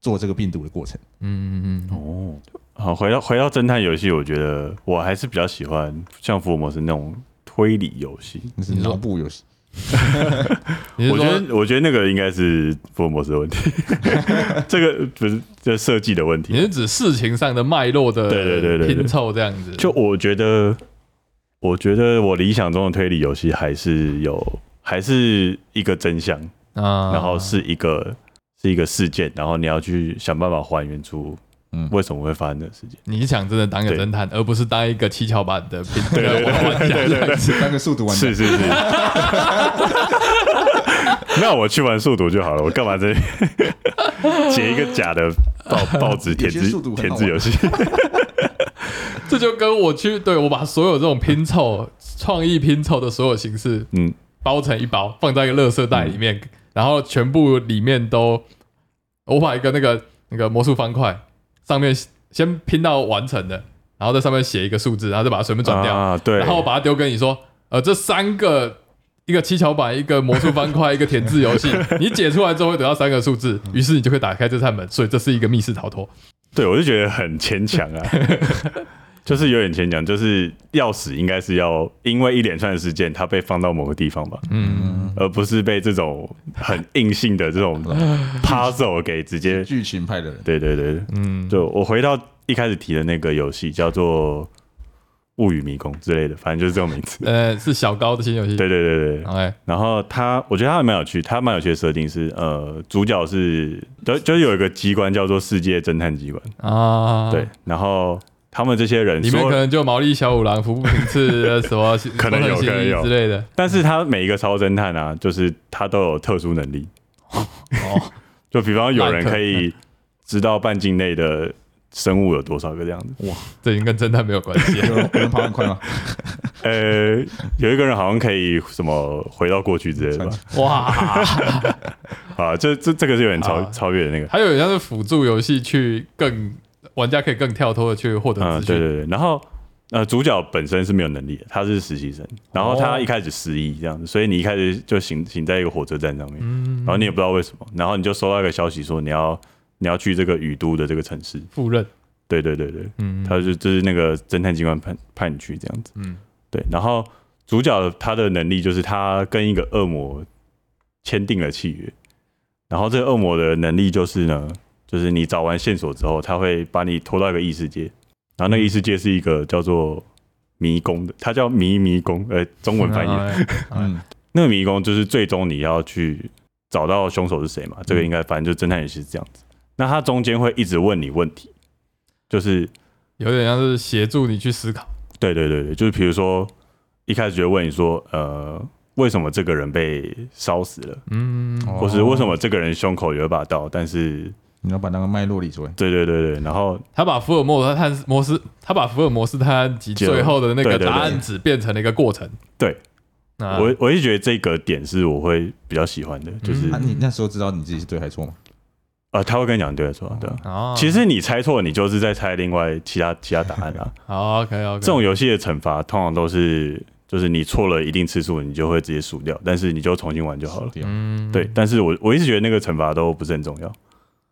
[SPEAKER 1] 做这个病毒的过程。
[SPEAKER 4] 嗯嗯嗯，
[SPEAKER 2] 哦。好，回到回到侦探游戏，我觉得我还是比较喜欢像福尔摩斯那种推理游戏。
[SPEAKER 1] 那是
[SPEAKER 4] 你说
[SPEAKER 1] 脑部游戏，
[SPEAKER 4] 你是
[SPEAKER 2] 我觉
[SPEAKER 4] 说
[SPEAKER 2] 得，我觉得那个应该是福尔摩斯的问题， [laughs] 这个不是这设计的问
[SPEAKER 4] 你
[SPEAKER 2] 题。
[SPEAKER 4] 是指事情上的脉络的
[SPEAKER 2] 对对对对对
[SPEAKER 4] 拼凑这样子？
[SPEAKER 2] 就我觉得，我觉得我理想中的推理游戏还是有，还是一个真相，
[SPEAKER 4] 啊
[SPEAKER 2] 然后是一个是一个事件，然后你要去想办法还原出
[SPEAKER 1] 嗯
[SPEAKER 2] 为什么会发生这个事件。
[SPEAKER 4] 你想真的当个
[SPEAKER 2] 对
[SPEAKER 4] 侦探，而不是当一个七巧板的拼
[SPEAKER 2] 对对对
[SPEAKER 4] 玩家这样子。
[SPEAKER 1] 当个速读玩家
[SPEAKER 2] 是是是，那我去玩速读就好了，我干嘛这 [laughs] 截一个假的报报纸填
[SPEAKER 1] 有些
[SPEAKER 2] 字
[SPEAKER 1] 速读很
[SPEAKER 2] 填
[SPEAKER 1] 好玩
[SPEAKER 2] 字游戏？
[SPEAKER 4] 这就跟我去，对我把所有这种拼凑、创意拼凑的所有形式
[SPEAKER 2] 嗯，
[SPEAKER 4] 包成一包，放在一个垃圾袋里面，然后全部里面都，我把一个那个那个魔术方块上面先拼到完成的，然后在上面写一个数字，然后再把它随便转掉，
[SPEAKER 2] 啊，对，
[SPEAKER 4] 然后我把它丢跟你说，呃，这三个。一个七巧板，一个魔术
[SPEAKER 2] [laughs]
[SPEAKER 4] 方块，一个填字游戏，你解出来之后会得到三个数字，于是你就会打开这扇门，所以这是一个密室逃脱。
[SPEAKER 2] 对我就觉得很牵强啊， [laughs] 就是有点牵强，就是钥匙应该是要因为一连串的事件，它被放到某个地方吧，
[SPEAKER 4] 嗯，
[SPEAKER 2] 而不是被这种很硬性的这
[SPEAKER 4] [laughs]
[SPEAKER 2] 种 puzzle 给直接。
[SPEAKER 1] 剧情派的人，
[SPEAKER 2] 对对对，
[SPEAKER 4] 嗯，
[SPEAKER 2] 就我回到一开始提的那个游戏，叫做《物语迷宫》之类的，反正就是这种名
[SPEAKER 4] [laughs]
[SPEAKER 2] 字。
[SPEAKER 4] 呃，是小高的新游戏。
[SPEAKER 2] 嗯对对对对，
[SPEAKER 4] 哎，
[SPEAKER 2] 然后它，我觉得它还蛮有趣，它蛮有趣的设定是，呃，主角是，就就是有一个机关叫做世界侦探机关，
[SPEAKER 4] 啊，
[SPEAKER 2] 对，，然后他们这些人
[SPEAKER 4] 里面
[SPEAKER 2] 说
[SPEAKER 4] 可能就毛利小五郎、服部平
[SPEAKER 2] [laughs]
[SPEAKER 4] 次呃什么，
[SPEAKER 2] 可能有
[SPEAKER 4] 工藤新一
[SPEAKER 2] 可能有
[SPEAKER 4] 之类的。
[SPEAKER 2] 但是他每一个超侦探啊，就是他都有特殊能力，
[SPEAKER 4] 哦，
[SPEAKER 2] [laughs] 就比方有人
[SPEAKER 4] 烂客
[SPEAKER 2] 可以知道半径内的生物有多少个这样子。
[SPEAKER 4] 这已经跟侦探没有关
[SPEAKER 2] [laughs]
[SPEAKER 4] 系
[SPEAKER 1] 有人有人跑很快 [laughs] 吗？
[SPEAKER 2] 呃，有一个人好像可以什么回到过去之类的
[SPEAKER 4] [laughs]
[SPEAKER 2] 吧？
[SPEAKER 4] 哇！
[SPEAKER 2] 啊，这这这个是有点超
[SPEAKER 4] 好
[SPEAKER 2] 超越的那个。
[SPEAKER 4] 还有像是辅助游戏去更玩家可以更跳脱的去获得
[SPEAKER 2] 嗯，
[SPEAKER 4] 资
[SPEAKER 2] 对
[SPEAKER 4] 讯。
[SPEAKER 2] 对对。然后呃，主角本身是没有能力的，他是实习生，然后他
[SPEAKER 4] 哦
[SPEAKER 2] 一开始失忆这样子，所以你一开始就行行在一个火车站上面，
[SPEAKER 4] 嗯
[SPEAKER 2] 然后你也不知道为什么，然后你就收到一个消息说你要你要去这个雨都的这个城市。
[SPEAKER 4] 赴任，
[SPEAKER 2] 对对对对，
[SPEAKER 4] 嗯
[SPEAKER 2] 他就就是那个侦探机关派派你去这样子，
[SPEAKER 4] 嗯，
[SPEAKER 2] 对。然后主角他的能力就是他跟一个恶魔签订了契约，然后这个恶魔的能力就是呢，就是你找完线索之后，他会把你拖到一个异世界，然后那个异世界是一个叫做迷宫的，它叫迷迷宫，呃，中文翻译、
[SPEAKER 4] 译
[SPEAKER 1] 嗯，
[SPEAKER 2] 那个迷宫就是最终你要去找到凶手是谁嘛，这个应该反正就侦探也是这样子。那他中间会一直问你问题，就是
[SPEAKER 4] 有点像是协助你去思考。
[SPEAKER 2] 对对对对，就是比如说一开始就会问你说，呃，为什么这个人被烧死了，
[SPEAKER 4] 嗯，
[SPEAKER 1] 哦
[SPEAKER 2] 或是为什么这个人胸口有一把刀，但是
[SPEAKER 1] 你要把那个脉络理出来。
[SPEAKER 2] 对对对对，然后
[SPEAKER 4] 他把福尔摩斯探摩斯，他把福尔摩斯探案集最后的那
[SPEAKER 2] 对对
[SPEAKER 4] 个
[SPEAKER 2] 对
[SPEAKER 4] 答案纸变成了一个过程。
[SPEAKER 2] 对
[SPEAKER 4] 那，
[SPEAKER 2] 我我是觉得这个点是我会比较喜欢的，就是
[SPEAKER 4] 啊嗯
[SPEAKER 1] 啊，你那时候知道你自己是对还是错吗？
[SPEAKER 2] 呃，他会跟你讲对的错，对啊。
[SPEAKER 4] 哦，
[SPEAKER 2] 其实你猜错，你就是在猜另外其他其他答案啊。
[SPEAKER 4] 好 OK OK，
[SPEAKER 2] 这种游戏的惩罚通常都是，就是你错了一定次数，你就会直接输掉，但是你就重新玩就好了。
[SPEAKER 1] 对啊，
[SPEAKER 4] 嗯
[SPEAKER 2] 对，但是我我一直觉得那个惩罚都不是很重要。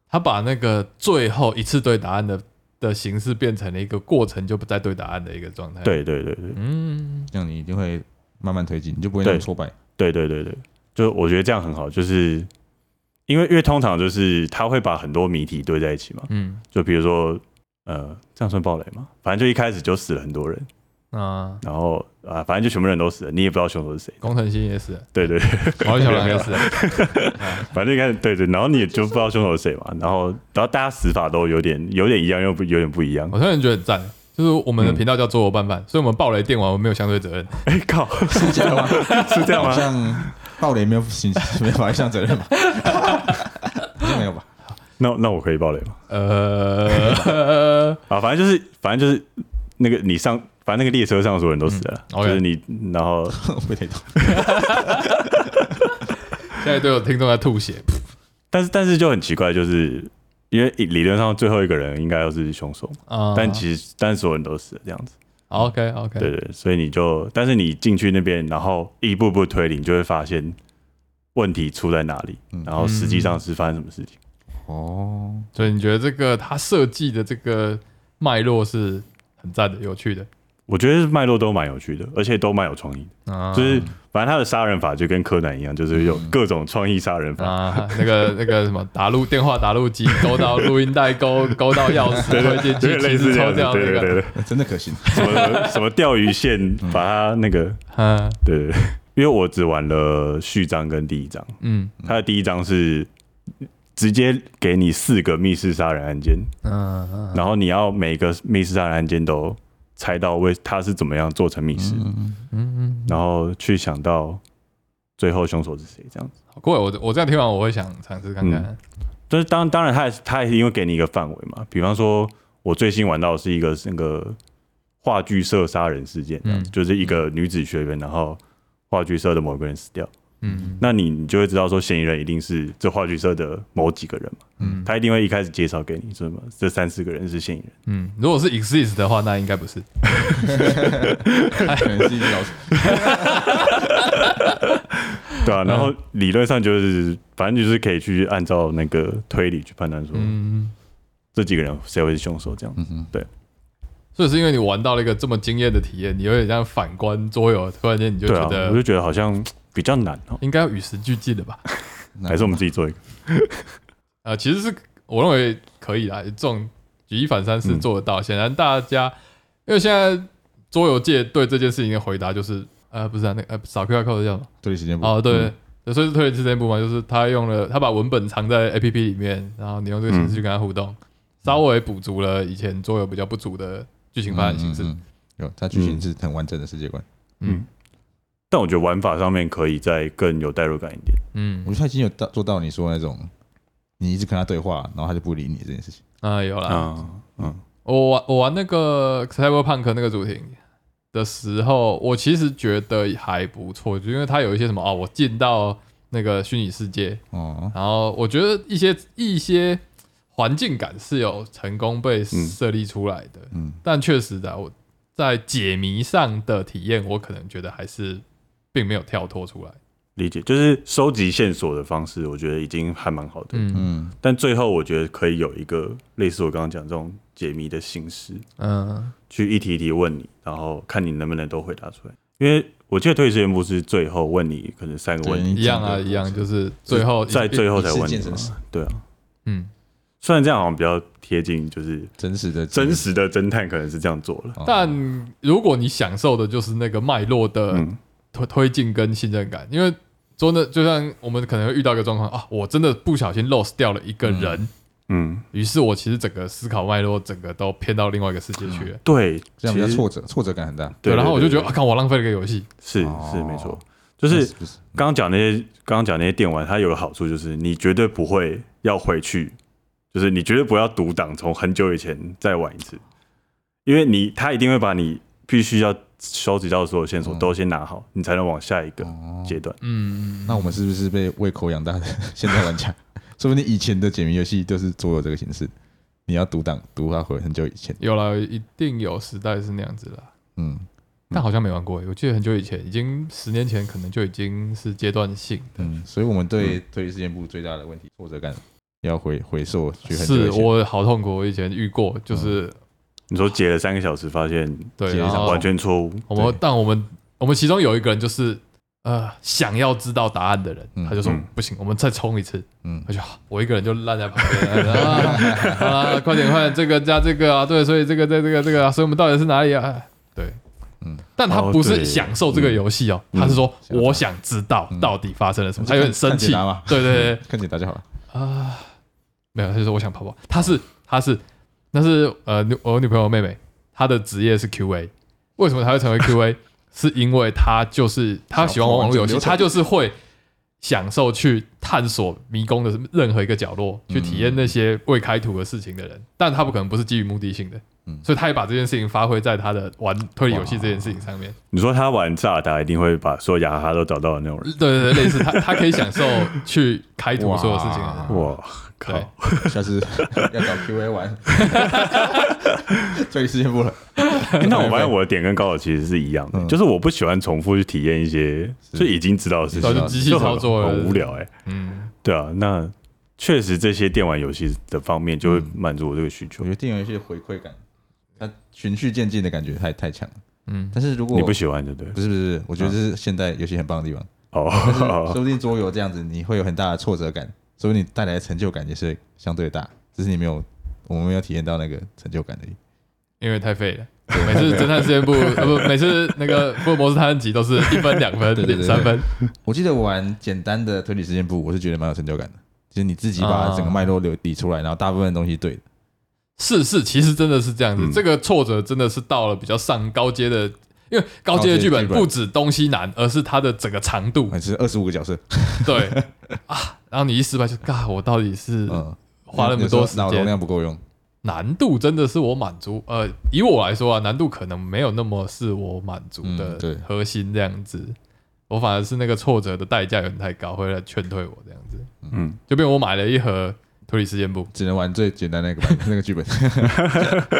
[SPEAKER 4] 他把那个最后一次对答案的的形式变成了一个过程就不再对答案的一个状态。，
[SPEAKER 2] 对对对对
[SPEAKER 4] 嗯，
[SPEAKER 1] 这样你一定会慢慢推进，你就不会那么
[SPEAKER 2] 对
[SPEAKER 1] 挫败。
[SPEAKER 2] 对对对对，就我觉得这样很好，就是因为因为通常就是他会把很多谜题堆在一起嘛，
[SPEAKER 4] 嗯
[SPEAKER 2] 就比如说呃，这样算暴雷吗？反正就一开始就死了很多人，
[SPEAKER 4] 啊，
[SPEAKER 2] 然后啊，反正就全部人都死了，你也不知道凶手是谁。
[SPEAKER 4] 工藤新也
[SPEAKER 2] [laughs]
[SPEAKER 4] 是，
[SPEAKER 2] 对对
[SPEAKER 4] 毛利小五郎也是，
[SPEAKER 2] 反正一开始对对，然后你也就不知道凶手是谁嘛，然后然后大家死法都有点有点一样，又不有点不一样。
[SPEAKER 4] 我突然觉得很赞。就是我们的
[SPEAKER 2] 嗯
[SPEAKER 4] 频道叫“做我拌饭”，所以我们爆雷电玩我们没有相对责任。
[SPEAKER 2] [laughs] 哎、靠，
[SPEAKER 1] 是这样吗？
[SPEAKER 2] 是这样
[SPEAKER 1] 好
[SPEAKER 2] 吗？
[SPEAKER 1] 像暴雷没有刑没有法律上责任吧？好像没有吧？ [laughs]
[SPEAKER 2] 那那我可以爆雷吗？ [laughs]
[SPEAKER 4] 呃，
[SPEAKER 2] 啊，反正就是反正就是那个你上，反正那个列车上所有人都死了，
[SPEAKER 4] 嗯，OK
[SPEAKER 2] 就是你，然后
[SPEAKER 1] 我被雷到。
[SPEAKER 4] 现在都有听众在吐血。
[SPEAKER 2] 但是但是就很奇怪，就是因为理论上最后一个人应该要是凶手，
[SPEAKER 4] 啊，
[SPEAKER 2] 但其实但是所有人都死了这样子，
[SPEAKER 4] OK OK，
[SPEAKER 2] 对对，所以你就但是你进去那边，然后一步步推理，你就会发现问题出在哪里
[SPEAKER 1] 嗯，
[SPEAKER 2] 然后实际上是发生什么事情。
[SPEAKER 1] 哦，
[SPEAKER 4] 所以你觉得这个他设计的这个脉络是很赞的、有趣的
[SPEAKER 2] 我觉得脉络都蛮有趣的，而且都蛮有创意的。
[SPEAKER 4] 啊，
[SPEAKER 2] 就是反正他的杀人法就跟柯南一样，就是有各种创意杀人法。
[SPEAKER 4] 啊， [laughs] 那个那个什么打录电话打录机勾到录音带勾勾到钥
[SPEAKER 2] [laughs]
[SPEAKER 4] 匙推进
[SPEAKER 2] 有
[SPEAKER 4] 去，
[SPEAKER 2] 点类
[SPEAKER 4] 其
[SPEAKER 2] 似
[SPEAKER 4] 实
[SPEAKER 2] 这样子，[laughs]
[SPEAKER 4] 抽 [laughs] 掉
[SPEAKER 2] 对
[SPEAKER 4] 那
[SPEAKER 2] 对对
[SPEAKER 4] 个，
[SPEAKER 2] 对，
[SPEAKER 1] 那真的可行。
[SPEAKER 2] 什么什么钓鱼线，把它那个，
[SPEAKER 4] 嗯
[SPEAKER 2] 对对对，因为我只玩了序章跟第一章，
[SPEAKER 4] 嗯
[SPEAKER 2] 它的第一章是直接给你四个密室杀人案件，
[SPEAKER 4] 嗯
[SPEAKER 2] 然后你要每个密室杀人案件都
[SPEAKER 4] 嗯
[SPEAKER 2] 猜到为它是怎么样做成密室，
[SPEAKER 1] 嗯，
[SPEAKER 4] 嗯嗯，
[SPEAKER 2] 然后去想到最后凶手是谁这样子。
[SPEAKER 4] 不过我我这样听完我会想尝试看看。
[SPEAKER 2] 但是当当然他也是他也是因为给你一个范围嘛，比方说我最新玩到的是一个那个话剧社杀人事件这样子，
[SPEAKER 4] 嗯
[SPEAKER 2] 就是一个女子学员，然后话剧社的某个人死掉，
[SPEAKER 4] 嗯
[SPEAKER 2] 那你你就会知道说嫌疑人一定是这话剧社的某几个人嘛，
[SPEAKER 4] 嗯
[SPEAKER 2] 他一定会一开始介绍给你什么这三四个人是嫌疑人。
[SPEAKER 4] 嗯，如果是 exist 的话，那应该不是。
[SPEAKER 1] 哎可能是一只老鼠。
[SPEAKER 4] 嗯
[SPEAKER 2] 对啊，然后理论上就是，反正就是可以去按照那个推理去判断说
[SPEAKER 4] 嗯，
[SPEAKER 2] 这几个人谁会是凶手这样。
[SPEAKER 1] 嗯哼，
[SPEAKER 4] 所以是因为你玩到了一个这么惊艳的体验，你有点像反观桌游，突然间你就
[SPEAKER 2] 对
[SPEAKER 4] 觉
[SPEAKER 2] 啊，
[SPEAKER 4] 得
[SPEAKER 2] 我就觉得好像比较难哦，
[SPEAKER 4] 应该要与时俱进的吧？
[SPEAKER 1] 那
[SPEAKER 2] 还是我们自己做一个。
[SPEAKER 4] 呃，其实是我认为可以啦，这种举一反三是
[SPEAKER 2] 嗯
[SPEAKER 4] 做得到。显、然大家，因为现在桌游界对这件事情的回答就是，呃，不是啊，那个、呃、扫 QR code 叫什么？
[SPEAKER 1] 对时间不
[SPEAKER 4] 哦，对，对所以是推理之间部嘛，就是他用了他把文本藏在 APP 里面，然后你用这个形式去跟他互动，稍微补足了以前桌游比较不足的剧情发展形式。
[SPEAKER 1] 嗯嗯嗯有它剧情是很完整的世界观。
[SPEAKER 4] 嗯
[SPEAKER 2] 但我觉得玩法上面可以再更有代入感一点。
[SPEAKER 4] 嗯
[SPEAKER 1] 我觉得他已经有到做到你说的那种，你一直跟他对话，然后他就不理你这件事情。
[SPEAKER 4] 啊、有啦，
[SPEAKER 2] 啊，嗯，
[SPEAKER 4] 我玩我玩那个 Cyberpunk 那个主题的时候，我其实觉得还不错，就因为它有一些什么哦，我进到那个虚拟世界，
[SPEAKER 1] 哦，
[SPEAKER 4] 然后我觉得一些一些环境感是有成功被设立出来的，
[SPEAKER 1] 嗯
[SPEAKER 4] 但确实的，我在解谜上的体验，我可能觉得还是并没有跳脱出来。
[SPEAKER 2] 理解，就是收集线索的方式，我觉得已经还蛮好的。
[SPEAKER 4] 嗯
[SPEAKER 1] 嗯，
[SPEAKER 2] 但最后我觉得可以有一个类似我刚刚讲这种解谜的形式，
[SPEAKER 4] 嗯
[SPEAKER 2] 去一题一题问你，然后看你能不能都回答出来。因为我记得推理实验部是最后问你可能三个问
[SPEAKER 1] 对，
[SPEAKER 2] 题，
[SPEAKER 1] 你
[SPEAKER 4] 一样啊，
[SPEAKER 1] 整个
[SPEAKER 4] 一样，就是最后
[SPEAKER 2] 在最后才
[SPEAKER 1] 一
[SPEAKER 2] 问
[SPEAKER 1] 次
[SPEAKER 2] 你
[SPEAKER 1] 见
[SPEAKER 2] 嘛
[SPEAKER 1] 真实。
[SPEAKER 2] 对啊，
[SPEAKER 4] 嗯，
[SPEAKER 2] 虽然这样好像比较贴近，就是
[SPEAKER 1] 真实的
[SPEAKER 2] 真，实的侦探可能是这样做了。
[SPEAKER 1] 哦
[SPEAKER 4] 但如果你享受的就是那个脉络的
[SPEAKER 2] 嗯，
[SPEAKER 4] 推推进跟信任感，因为真的就像我们可能会遇到一个状况啊，我真的不小心 lost 掉了一个人，
[SPEAKER 2] 嗯，
[SPEAKER 4] 于、是我其实整个思考脉络整个都偏到另外一个世界去了。
[SPEAKER 2] 对，
[SPEAKER 1] 这样比较
[SPEAKER 2] 其实
[SPEAKER 1] 挫折，挫折感很大。
[SPEAKER 2] 嗯对，
[SPEAKER 4] 对，然后我就觉得
[SPEAKER 2] 对
[SPEAKER 4] 啊，看我浪费了一个游戏。
[SPEAKER 2] 是
[SPEAKER 1] 哦
[SPEAKER 2] 是没错，就是
[SPEAKER 1] 不是
[SPEAKER 2] 刚刚讲那些刚刚讲那些电玩，它有个好处就是你绝对不会要回去，就是你绝对不要读档，从很久以前再玩一次，因为你他一定会把你必须要收集到所有线索
[SPEAKER 1] 嗯
[SPEAKER 2] 都先拿好，你才能往下一个
[SPEAKER 1] 哦
[SPEAKER 2] 阶段。
[SPEAKER 4] 嗯，
[SPEAKER 1] 那我们是不是被胃口养大的 [laughs] 现在玩家？说不定以前的解谜游戏都是做有这个形式，你要读档读它回很久以前。
[SPEAKER 4] 有了，一定有时代是那样子啦，
[SPEAKER 1] 嗯，
[SPEAKER 4] 但好像没玩过。欸我记得很久以前，已经十年前，可能就已经是阶段性的。
[SPEAKER 1] 嗯，所以我们对推理事件部最大的问题挫折感，要回回溯去很久
[SPEAKER 4] 是
[SPEAKER 1] 以前
[SPEAKER 4] 我好痛苦，我以前遇过，就是、
[SPEAKER 2] 你说解了三个小时，发现
[SPEAKER 4] 对，
[SPEAKER 1] 接
[SPEAKER 4] 然
[SPEAKER 1] 上
[SPEAKER 4] 后
[SPEAKER 2] 完全错误，
[SPEAKER 4] 我们但我们我们其中有一个人就是呃想要知道答案的人，
[SPEAKER 1] 嗯
[SPEAKER 4] 他就说、
[SPEAKER 2] 嗯
[SPEAKER 4] 不行，我们再冲一次。
[SPEAKER 1] 嗯
[SPEAKER 4] 他就啊我一个人就烂在旁边 [laughs] 啊，好啦，快点快点，这个加这个啊，对，所以这个在这个这个啊，所以我们到底是哪里啊？哎对，
[SPEAKER 1] 嗯
[SPEAKER 4] 嗯，但他
[SPEAKER 2] 哦
[SPEAKER 4] 不是
[SPEAKER 2] 对
[SPEAKER 4] 享受这个游戏哦，
[SPEAKER 2] 嗯
[SPEAKER 4] 他是说
[SPEAKER 1] 想要
[SPEAKER 4] 我想知道到底发生了什么，
[SPEAKER 1] 嗯
[SPEAKER 4] 他有点生
[SPEAKER 1] 看解
[SPEAKER 4] 气
[SPEAKER 1] 答嘛，
[SPEAKER 4] 对对对
[SPEAKER 1] 看解答就好了。
[SPEAKER 4] 啊，没有，他就说我想跑跑，他是他是那是呃女我女朋友的妹妹，她的职业是 QA，为什么她会
[SPEAKER 1] [laughs]
[SPEAKER 4] 成为 QA？是因为她就是她喜欢玩网络游戏，
[SPEAKER 1] 想跑
[SPEAKER 4] 她
[SPEAKER 1] 完整流程
[SPEAKER 4] 就是会享受去探索迷宫的任何一个角落，
[SPEAKER 1] 嗯
[SPEAKER 4] 去体验那些未开图的事情的人，但她不可能不是基于目的性的
[SPEAKER 1] 嗯。
[SPEAKER 4] 所以她也把这件事情发挥在她的玩推理游戏这件事情上面，
[SPEAKER 2] 你说他玩炸达一定会把所有雅哈哈都找到的那种人，
[SPEAKER 4] 对对对，类似她她可以享受去开图所有事情的人
[SPEAKER 1] 哇。
[SPEAKER 4] [laughs]
[SPEAKER 2] 哇
[SPEAKER 4] 对
[SPEAKER 2] 靠！
[SPEAKER 1] 下次 [laughs] 要找 QA 玩， [laughs] 推理事件部了。
[SPEAKER 2] 欸那我发现我的点跟高手其实是一样的，
[SPEAKER 1] 嗯
[SPEAKER 2] 就是我不喜欢重复去体验一些
[SPEAKER 1] 是
[SPEAKER 2] 就已经知道的事
[SPEAKER 4] 早
[SPEAKER 2] 情，
[SPEAKER 4] 就机器
[SPEAKER 2] 很
[SPEAKER 4] 操作了
[SPEAKER 2] 很无聊哎、
[SPEAKER 4] 嗯，
[SPEAKER 2] 对啊，那确实这些电玩游戏的方面就会满足我这个需
[SPEAKER 1] 我
[SPEAKER 2] 求。
[SPEAKER 1] 觉得电影游戏的回馈感，它循序渐进的感觉太太强了。
[SPEAKER 4] 嗯
[SPEAKER 1] 但是如果
[SPEAKER 2] 你不喜欢就对了
[SPEAKER 1] 不是不是，我觉得这是现代游戏很棒的地方。
[SPEAKER 2] [laughs]
[SPEAKER 1] 说
[SPEAKER 2] 哦，
[SPEAKER 1] 不定桌游这样子，你会有很大的挫折感，所以你带来的成就感也是相对大，只是你没有，我们没有体验到那个成就感而已。
[SPEAKER 4] 因为太废了。每次侦探事件部，呃不，每次那个福尔摩斯探案集都是一分、两分
[SPEAKER 1] 对对、对
[SPEAKER 4] 三分。
[SPEAKER 1] 我记得我玩简单的推理事件簿，我是觉得蛮有成就感的，就是你自己把整个脉络流理出来，然后大部分东西对的。
[SPEAKER 4] 是是，其实真的是这样子。
[SPEAKER 2] 嗯
[SPEAKER 4] 这个挫折真的是到了比较上高阶的因为高阶的剧
[SPEAKER 1] 高阶
[SPEAKER 4] 本
[SPEAKER 1] 剧本哎
[SPEAKER 4] 不止东西难，而是它的整个长度。
[SPEAKER 1] 还是二十五个角色，
[SPEAKER 4] 对啊，然后你一失败就，嘎，我到底是
[SPEAKER 1] 嗯，
[SPEAKER 4] 花那么多时
[SPEAKER 1] 脑容
[SPEAKER 4] 间？
[SPEAKER 1] 量不够用，
[SPEAKER 4] 难度真的是我满足，呃，以我来说啊，难度可能没有那么是我满足
[SPEAKER 1] 嗯对
[SPEAKER 4] 的核心这样子。我反而是那个挫折的代价有点太高，会来劝退我这样子，
[SPEAKER 2] 嗯，
[SPEAKER 4] 就变成我买了一盒推理事件簿，
[SPEAKER 1] 只能玩最简单的那个版那个剧本。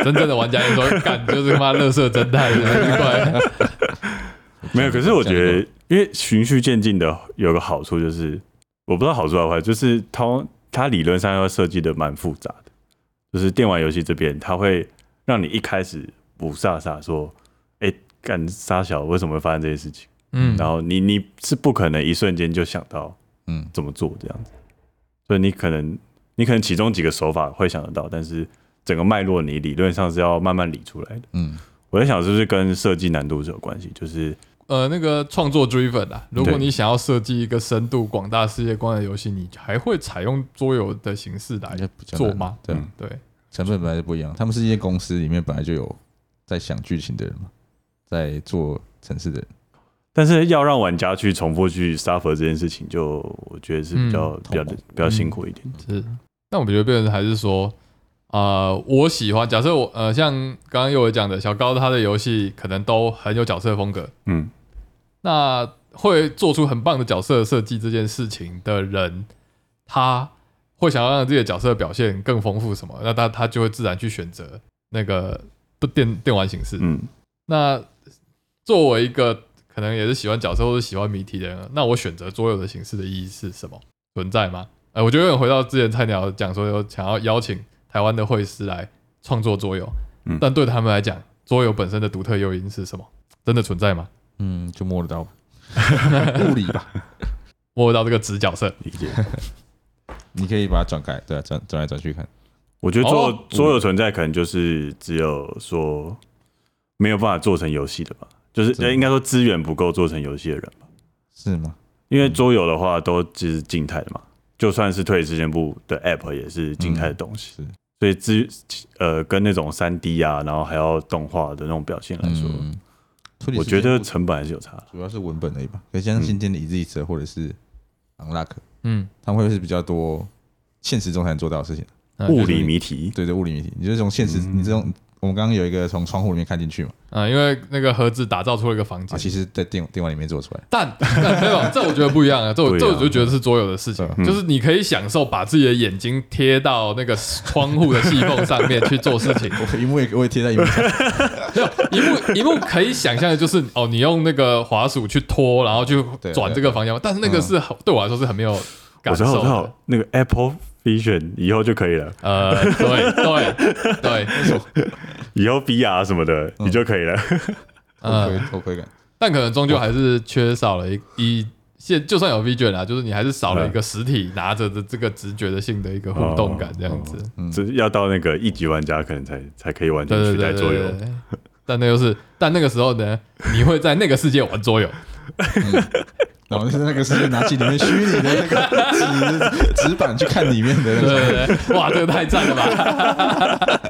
[SPEAKER 4] 真正的玩家也说， [laughs] 干就是他妈乐色侦探，你们快，
[SPEAKER 2] 没有，可是我觉
[SPEAKER 1] 这样 [laughs]
[SPEAKER 2] 得，因为循序渐进的有个好处就是，我不知道好处还是坏，就是它它理论上要设计的蛮复杂的，就是电玩游戏这边，它会让你一开始不傻傻说，哎、干傻小为什么会发生这些事情？
[SPEAKER 4] 嗯，
[SPEAKER 2] 然后你你是不可能一瞬间就想到
[SPEAKER 1] 嗯，
[SPEAKER 2] 怎么做这样子，所以你可能你可能其中几个手法会想得到，但是整个脉络你理论上是要慢慢理出来的。
[SPEAKER 1] 嗯，
[SPEAKER 2] 我在想是不是跟设计难度是有关系，就是
[SPEAKER 4] 呃，那个创作追粉啊，如果
[SPEAKER 2] 对
[SPEAKER 4] 你想要设计一个深度广大世界观的游戏，你还会采用桌游的形式来
[SPEAKER 1] 那就比较
[SPEAKER 4] 做
[SPEAKER 1] 难
[SPEAKER 4] 吗？
[SPEAKER 1] 对啊，
[SPEAKER 2] 嗯
[SPEAKER 4] 对，
[SPEAKER 1] 成本本来就不一样，他们是一些公司里面本来就有在想剧情的人嘛，在做城市的人，
[SPEAKER 2] 但是要让玩家去重复去 suffer 这件事情，就我觉得是比较、
[SPEAKER 1] 嗯
[SPEAKER 2] 比较
[SPEAKER 1] 痛苦
[SPEAKER 2] 比较辛苦一点。
[SPEAKER 4] 是。那我觉得变成还是说，啊，我喜欢，假设我呃，像刚刚有我讲的小高他的游戏可能都很有角色风格，
[SPEAKER 2] 嗯，
[SPEAKER 4] 那会做出很棒的角色设计这件事情的人，他会想要让自己的角色表现更丰富什么，那他他就会自然去选择那个不电电玩形式。
[SPEAKER 2] 嗯，
[SPEAKER 4] 那作为一个可能也是喜欢角色或者喜欢谜题的人，那我选择桌游的形式的意义是什么？存在吗？呃，我觉得有点回到之前菜鸟讲说，有想要邀请台湾的会师来创作桌游，
[SPEAKER 2] 嗯
[SPEAKER 4] 但对他们来讲，桌游本身的独特诱因是什么？真的存在吗？
[SPEAKER 1] 嗯，就摸得
[SPEAKER 2] [laughs]
[SPEAKER 1] 到吧，物理吧，
[SPEAKER 4] 摸到这个直角色，
[SPEAKER 2] 理解。
[SPEAKER 1] 你可以把它转开，对啊，转转来转去看，
[SPEAKER 2] 我觉得桌
[SPEAKER 4] 哦
[SPEAKER 2] 桌游存在可能就是只有说没有办法做成游戏的吧，就是
[SPEAKER 1] 真的
[SPEAKER 2] 呃应该说资源不够做成游戏的人吧。
[SPEAKER 1] 是吗？
[SPEAKER 2] 因为桌游的话都只是静态的嘛，就算是退时间部的 app 也是静态的东西，
[SPEAKER 1] 嗯是
[SPEAKER 2] 所以资呃跟那种三 D 啊，然后还要动画的那种表现来说，
[SPEAKER 1] 嗯，处理
[SPEAKER 2] 我
[SPEAKER 1] 时
[SPEAKER 2] 觉
[SPEAKER 1] 间
[SPEAKER 2] 得
[SPEAKER 1] 不
[SPEAKER 2] 成本还是有差的。
[SPEAKER 1] 主要是文本而已吧，可以像新建的 Easy 车或者是 Unlock，
[SPEAKER 4] 嗯，
[SPEAKER 1] 他们会是比较多现实中才能做到的事情。
[SPEAKER 4] 嗯
[SPEAKER 2] 物理谜题，
[SPEAKER 1] 对对，物理谜题，你就是从现实，
[SPEAKER 2] 嗯
[SPEAKER 1] 你这种我们刚刚有一个从窗户里面看进去嘛，
[SPEAKER 4] 啊、因为那个盒子打造出了一个房间，
[SPEAKER 1] 啊，其实在电电玩里面做出来，
[SPEAKER 4] 但 [laughs] 但没有，这我觉得不一
[SPEAKER 2] [laughs]
[SPEAKER 4] 样啊，这我、
[SPEAKER 2] 不一
[SPEAKER 4] 这
[SPEAKER 2] 样嗯
[SPEAKER 4] 我就觉得是桌游的事情，
[SPEAKER 1] 对啊
[SPEAKER 4] 就是你可以享受把自己的眼睛贴到那个窗户的细缝上面去做事
[SPEAKER 2] [laughs]
[SPEAKER 4] 情。
[SPEAKER 1] 我荧幕也我也贴在荧幕上，
[SPEAKER 4] 没有一幕一幕可以想象的就是哦，你用那个滑鼠去拖，然后去
[SPEAKER 1] 对
[SPEAKER 4] 转这个方向，但是那个是、很对我来说是很没有
[SPEAKER 2] 我
[SPEAKER 4] 感
[SPEAKER 2] 知
[SPEAKER 4] 受
[SPEAKER 2] 道，嗯我知
[SPEAKER 4] 的
[SPEAKER 2] 道。，那个 Apple Vision 以后就可以了，
[SPEAKER 4] 呃，对对
[SPEAKER 2] [laughs]
[SPEAKER 4] 对，
[SPEAKER 2] 以后 VR 什么的你就可以了。
[SPEAKER 1] 我
[SPEAKER 4] 嗯
[SPEAKER 1] 亏
[SPEAKER 2] 啊
[SPEAKER 1] 我亏感，
[SPEAKER 4] 但可能终究还是缺少了
[SPEAKER 2] 哦
[SPEAKER 4] 一一现，就算有 V 卷啊，就是你还是少了一个实体拿着的这个直觉的性的一个互动感，这样子。
[SPEAKER 2] [laughs] 这要到那个一级玩家可能才才可以完全
[SPEAKER 4] 嗯
[SPEAKER 2] 哦
[SPEAKER 4] 对对
[SPEAKER 2] 取代
[SPEAKER 4] 对
[SPEAKER 2] 桌
[SPEAKER 4] 对
[SPEAKER 2] 游
[SPEAKER 4] 对。对。但那又是，但那个时候呢，你会在那个世界玩
[SPEAKER 2] [laughs]
[SPEAKER 4] 桌游，
[SPEAKER 1] 然后就是那个是拿起里面虚拟的那个 [laughs] 纸纸板去看里面的那
[SPEAKER 4] 对
[SPEAKER 1] 个
[SPEAKER 4] 对对，哇，这个太赞
[SPEAKER 2] [laughs]
[SPEAKER 4] 了吧！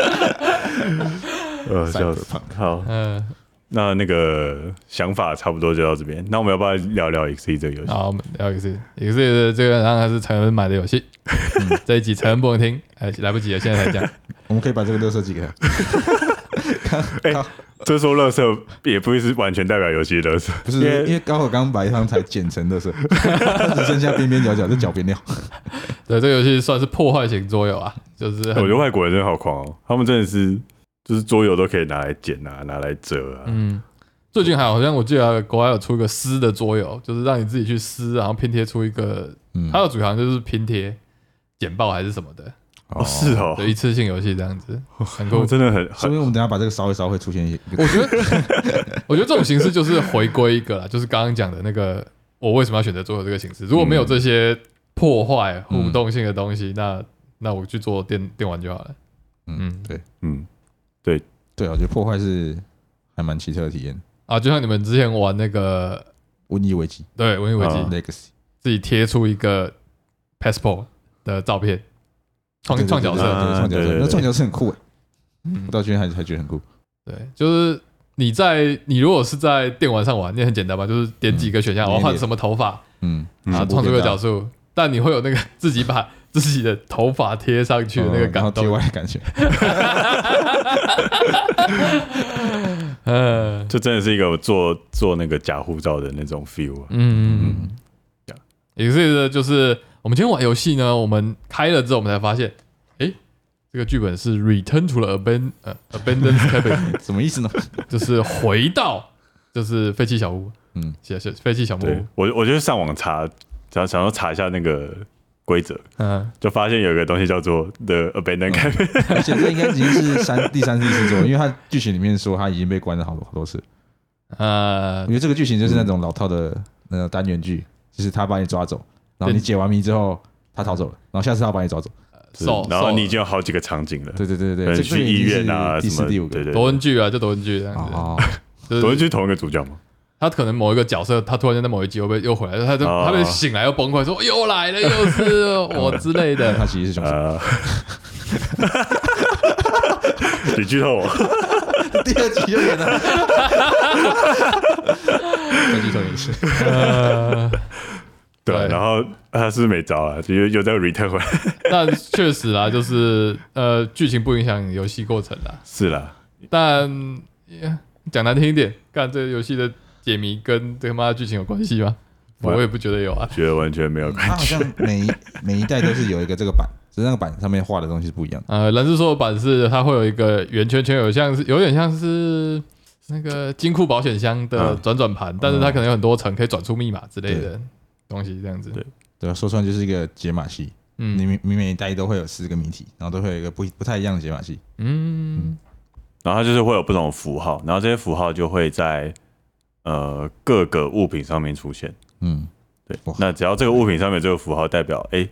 [SPEAKER 2] 呃，笑死
[SPEAKER 1] Cyberpunk
[SPEAKER 2] 好，
[SPEAKER 4] 嗯，
[SPEAKER 2] 那那个想法差不多就到这边。那我们要不要聊聊 XC 这个游戏？
[SPEAKER 4] 好，我们聊 X X 的这个，然后还是陈恩买的游戏，
[SPEAKER 2] 嗯
[SPEAKER 4] 这一集陈恩不能听，哎，来不及了，现在才讲。
[SPEAKER 1] 我们可以把这个乐色寄给他。
[SPEAKER 2] [laughs] 这说乐色也不是完全代表游戏乐色，
[SPEAKER 1] 不是，
[SPEAKER 2] 因
[SPEAKER 1] 因
[SPEAKER 2] 为
[SPEAKER 1] 为刚好刚刚把一趟才剪成乐色，它只剩下边边角角，就角边料。
[SPEAKER 4] 对，这个游戏算是破坏型桌游啊，就是
[SPEAKER 2] 我觉
[SPEAKER 4] 很
[SPEAKER 2] 得外国人真的好狂哦，他们真的是就是桌游都可以拿来剪啊，拿来折啊。
[SPEAKER 4] 嗯，最近还好像我记得国外有出一个撕的桌游，就是让你自己去撕，然后拼贴出一个，
[SPEAKER 1] 嗯
[SPEAKER 4] 它的主行就是拼贴、剪报还是什么的，
[SPEAKER 2] 哦，是哦，
[SPEAKER 4] 对，一次性游戏这样子，很
[SPEAKER 2] 他
[SPEAKER 4] 酷
[SPEAKER 2] 们。真的很
[SPEAKER 1] 说
[SPEAKER 2] 很
[SPEAKER 1] 明我们等一下把这个烧一烧，会出现一些。
[SPEAKER 2] 哦
[SPEAKER 4] 我觉得， [laughs] 我觉得这种形式就是回归一个啦，就是刚刚讲的那个，我为什么要选择桌游这个形式？如果没有这些破坏互动性的东西，那那我去做电电玩就好了。
[SPEAKER 1] 嗯，对
[SPEAKER 2] 嗯，
[SPEAKER 1] 对啊，我觉得破坏是还蛮奇特的体验。
[SPEAKER 4] 啊，就像你们之前玩那个，
[SPEAKER 1] 瘟疫危机
[SPEAKER 4] 对《文艺危机》
[SPEAKER 2] 啊
[SPEAKER 1] （Legacy），
[SPEAKER 4] 自己贴出一个 passport 的照片，创创角
[SPEAKER 1] 对
[SPEAKER 4] 色，
[SPEAKER 1] 对对创角
[SPEAKER 2] 啊对对
[SPEAKER 1] 色，
[SPEAKER 2] 对
[SPEAKER 1] 那创角色很酷欸，
[SPEAKER 4] 嗯
[SPEAKER 1] 我，到今天还还觉得很酷。
[SPEAKER 4] 对，就是你在你如果是在电玩上玩，那很简单吧，就是点几个选
[SPEAKER 1] 嗯
[SPEAKER 4] 项，我要
[SPEAKER 1] 点
[SPEAKER 4] 换
[SPEAKER 1] 点
[SPEAKER 4] 什么头发，
[SPEAKER 1] 嗯，
[SPEAKER 4] 然后
[SPEAKER 1] 全部
[SPEAKER 4] 啊创出
[SPEAKER 1] 给
[SPEAKER 4] 个
[SPEAKER 1] 他
[SPEAKER 4] 角色，但你会有那个自己把 [laughs] 自己的头发贴上去的那个
[SPEAKER 1] 哦啊然后
[SPEAKER 4] 感
[SPEAKER 1] 贴
[SPEAKER 4] 动
[SPEAKER 1] 歪，的感觉，
[SPEAKER 4] 嗯
[SPEAKER 2] 这真的是一个做做那个假护照的那种 feel 啊。
[SPEAKER 4] 嗯，也是就是我们今天玩游戏呢，我们开了之后，我们才发现，诶，这个剧本是 Return to the Abandon 呃 Abandoned Cabin，
[SPEAKER 1] 嗯什么意思呢？ [laughs]
[SPEAKER 4] 就是回到就是废弃小屋，嗯
[SPEAKER 1] 嗯，
[SPEAKER 4] 写写废弃小木
[SPEAKER 2] 对
[SPEAKER 4] 屋，
[SPEAKER 2] 我，我就上网查，想想要查一下那个规则，
[SPEAKER 4] 嗯，
[SPEAKER 2] 就发现有一个东西叫做 The Abandoned Cabin，、
[SPEAKER 1] 而且这应该已经是三第三次、第四次做了，因为他剧情里面说他已经被关了好多好多次。
[SPEAKER 4] 呃
[SPEAKER 1] 我觉，得这个剧情就是那种老套的那种单元剧，就是他把你抓走，然后你解完谜之后他逃走了，然后下次他把你抓走。
[SPEAKER 4] 手，
[SPEAKER 2] 然后
[SPEAKER 4] 手
[SPEAKER 2] 你已经有好几个场景了，
[SPEAKER 1] 对对对对
[SPEAKER 2] 可
[SPEAKER 1] 对，
[SPEAKER 2] 能
[SPEAKER 1] 这
[SPEAKER 2] 去医院啊
[SPEAKER 1] 个已经
[SPEAKER 2] 什
[SPEAKER 1] 是第四
[SPEAKER 2] 么，
[SPEAKER 1] 第五
[SPEAKER 2] 对
[SPEAKER 1] 个。
[SPEAKER 2] 对，
[SPEAKER 4] 多
[SPEAKER 2] 对
[SPEAKER 4] 恩剧啊，就多恩剧这样子，
[SPEAKER 1] 哦，
[SPEAKER 4] 就是
[SPEAKER 2] 昨天去同一个主角嘛，
[SPEAKER 4] 他可能某一个角色，他突然间在某一集又被又回来，他就、
[SPEAKER 2] 哦
[SPEAKER 4] 他被醒来又崩溃，说哦又来了，又是哦我之类
[SPEAKER 1] 他
[SPEAKER 2] [laughs]
[SPEAKER 4] 的。
[SPEAKER 1] 其实是凶手。
[SPEAKER 2] 呃，你剧透我，
[SPEAKER 1] [laughs] 第二集就演了，再剧透一
[SPEAKER 2] [laughs]
[SPEAKER 1] 次。
[SPEAKER 4] 呃，
[SPEAKER 2] 对
[SPEAKER 4] 对，
[SPEAKER 2] 然后他是不是没招啊，就又又再 return 回来， [laughs]
[SPEAKER 4] 但确实啦，就是呃，剧情不影响游戏过程啦。
[SPEAKER 2] 是啦，
[SPEAKER 4] 但也讲难听一点，干这个游戏的解谜跟这他妈的剧情有关系吗？
[SPEAKER 2] 不会
[SPEAKER 4] 我也不觉得有啊。
[SPEAKER 2] 觉得完全没有关
[SPEAKER 1] 他好
[SPEAKER 2] 系。
[SPEAKER 1] 像每一每一代都是有一个这个版，只是那个版上面画的东西是不一样的。
[SPEAKER 4] 呃，蓝之说的版是它会有一个圆圈圈，有像是有点像是那个金库保险箱的
[SPEAKER 2] 嗯
[SPEAKER 4] 转转盘，但是它可能有很多层，可以转出密码之类的东西，这样子。
[SPEAKER 2] 对
[SPEAKER 1] 对啊，说穿就是一个解码系。你
[SPEAKER 4] 嗯
[SPEAKER 1] 每你每一代都会有四个谜题，然后都会有一个不不太一样的解码系。
[SPEAKER 4] 嗯
[SPEAKER 2] [laughs] 然后它就是会有不同的符号，然后这些符号就会在呃各个物品上面出现。
[SPEAKER 1] 嗯，
[SPEAKER 2] 对
[SPEAKER 1] 哇，
[SPEAKER 2] 那只要这个物品上面有这个符号代表，哎、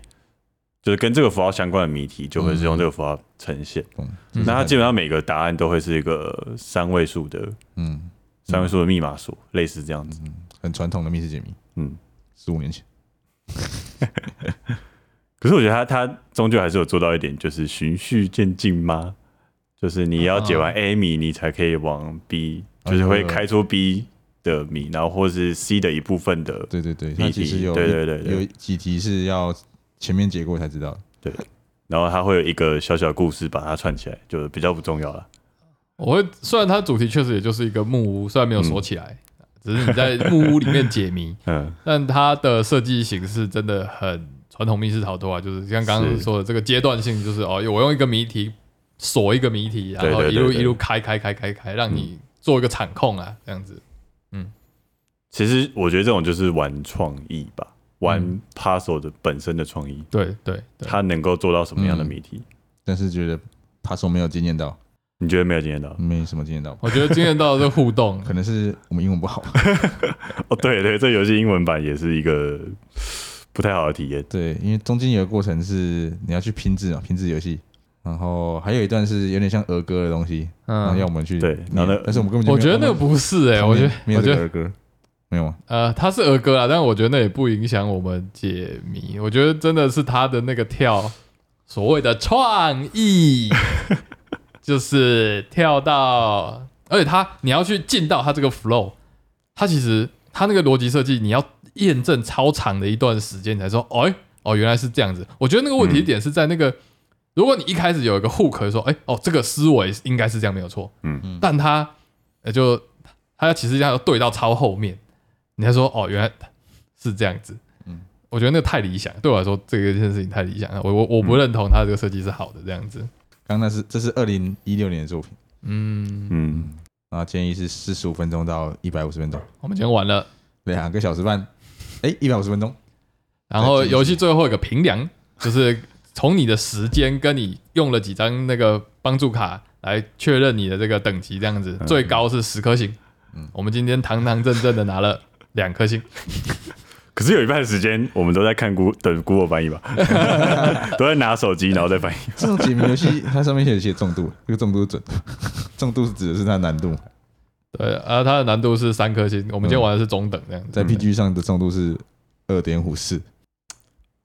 [SPEAKER 2] 就是跟这个符号相关的谜题，就会是用这个符号呈现。
[SPEAKER 1] 懂。
[SPEAKER 4] 嗯
[SPEAKER 2] 那它基本上每个答案都会是一个三位数的
[SPEAKER 1] 嗯
[SPEAKER 2] 三位数的密码锁，类似这样子。
[SPEAKER 1] 嗯，很传统的密室解谜，
[SPEAKER 2] 嗯，
[SPEAKER 1] 十五年前。
[SPEAKER 2] 可是我觉得它它终究还是有做到一点，就是循序渐进吗？就是你要解完
[SPEAKER 4] 哦
[SPEAKER 2] A 谜，你才可以往 B，、
[SPEAKER 1] 啊
[SPEAKER 2] 就是会
[SPEAKER 1] 有有有
[SPEAKER 2] 开出 B 的谜，然后或是 C 的一部分的。
[SPEAKER 1] 对对对，
[SPEAKER 2] 谜
[SPEAKER 1] 它其实
[SPEAKER 2] 题
[SPEAKER 1] 有
[SPEAKER 2] 对
[SPEAKER 1] 一
[SPEAKER 2] 对对对
[SPEAKER 1] 有几题是要前面解过才知道的。
[SPEAKER 2] 然后它会有一个小小故事把它串起来，就比较不重要了。
[SPEAKER 4] 我会虽然它主题确实也就是一个木屋，虽然没有锁起来，只是你在木屋里面解
[SPEAKER 2] [laughs]
[SPEAKER 4] 谜，
[SPEAKER 2] 嗯，
[SPEAKER 4] 但它的设计形式真的很传统密室逃脱啊，就是像刚刚
[SPEAKER 2] 是
[SPEAKER 4] 说的这个阶段性，就是哦，我用一个谜题锁一个谜题，然后
[SPEAKER 2] 对对对
[SPEAKER 4] 一路
[SPEAKER 2] 对嗯
[SPEAKER 4] 一路开开开开开，让你做一个场控啊，这样子。
[SPEAKER 2] 其实我觉得这种就是玩创意吧，玩
[SPEAKER 4] 嗯
[SPEAKER 2] puzzle 的本身的创意，
[SPEAKER 4] 对对对，嗯
[SPEAKER 2] 它能够做到什么样的谜题？
[SPEAKER 1] 但是觉得他说没有经验到，
[SPEAKER 2] 你觉得没有经验
[SPEAKER 4] [laughs]
[SPEAKER 2] 到？
[SPEAKER 1] 没什么经验到，
[SPEAKER 4] 我觉得惊艳到的是互动
[SPEAKER 1] 可能是我们英文不好。 [laughs]
[SPEAKER 2] 哦，对对，这游戏英文版也是一个不太好的体验。
[SPEAKER 1] 对，因为中间有个过程是你要去拼字嘛，拼字游戏。然后还有一段是有点像儿歌的东西，然后要
[SPEAKER 4] 嗯，
[SPEAKER 1] 我们去
[SPEAKER 2] 对然后那
[SPEAKER 1] 念但是我们根本就
[SPEAKER 4] 我
[SPEAKER 1] 没
[SPEAKER 4] 觉
[SPEAKER 1] 有
[SPEAKER 4] 得那个不是哎、
[SPEAKER 1] 我
[SPEAKER 4] 我
[SPEAKER 1] 们
[SPEAKER 4] 觉
[SPEAKER 1] 没
[SPEAKER 4] 得
[SPEAKER 1] 有
[SPEAKER 4] 我
[SPEAKER 1] 这
[SPEAKER 4] 觉
[SPEAKER 1] 个
[SPEAKER 4] 得
[SPEAKER 1] 儿歌，没有吗？
[SPEAKER 4] 呃，它是儿歌啦，但我觉得那也不影响我们解谜。我觉得真的是他的那个跳，所谓的创意，就是跳到，而且他你要去进到他这个 flow，他其实他那个逻辑设计，你要验证超长的一段时间你才说，哎、哦，原来是这样子。我觉得那个问题点是在那个，如果你一开始有一个 hook 说，哎、哦，这个思维应该是这样没有错，
[SPEAKER 2] 嗯
[SPEAKER 1] 嗯
[SPEAKER 4] 但他呃就他其实要对到超后面，你才说哦，原来是这样子，嗯
[SPEAKER 1] 嗯，
[SPEAKER 4] 我觉得那个太理想，对我来说这个件事情太理想了，我我我不认同他这个设计是好的这样子，
[SPEAKER 1] 刚刚那是这是二零一六年的作品，
[SPEAKER 4] 嗯，
[SPEAKER 2] 嗯，
[SPEAKER 1] 然后建议是四十五分钟到一百五十分钟，
[SPEAKER 4] 我们今天完了，
[SPEAKER 1] 两个小时半，哎，一百五十分钟，
[SPEAKER 4] 然后游戏最后有个评量，就是从你的时间跟你用了几张那个帮助卡来确认你的这个等级，这样子最高是十颗星。嗯，我们今天堂堂正正的拿了两颗星，
[SPEAKER 2] 可是有一半时间我们都在看 Google 等 Google 翻译
[SPEAKER 4] [laughs]
[SPEAKER 2] 吧，都在拿手机然后再翻译。
[SPEAKER 1] 这种解谜游戏它上面写写重度，这个重度是准， [laughs] 重度是指的是它的难度，
[SPEAKER 4] 对，啊，它的难度是三颗星，我们今天玩的是中等这样子，
[SPEAKER 1] 在 PG 上的重度是二点五四，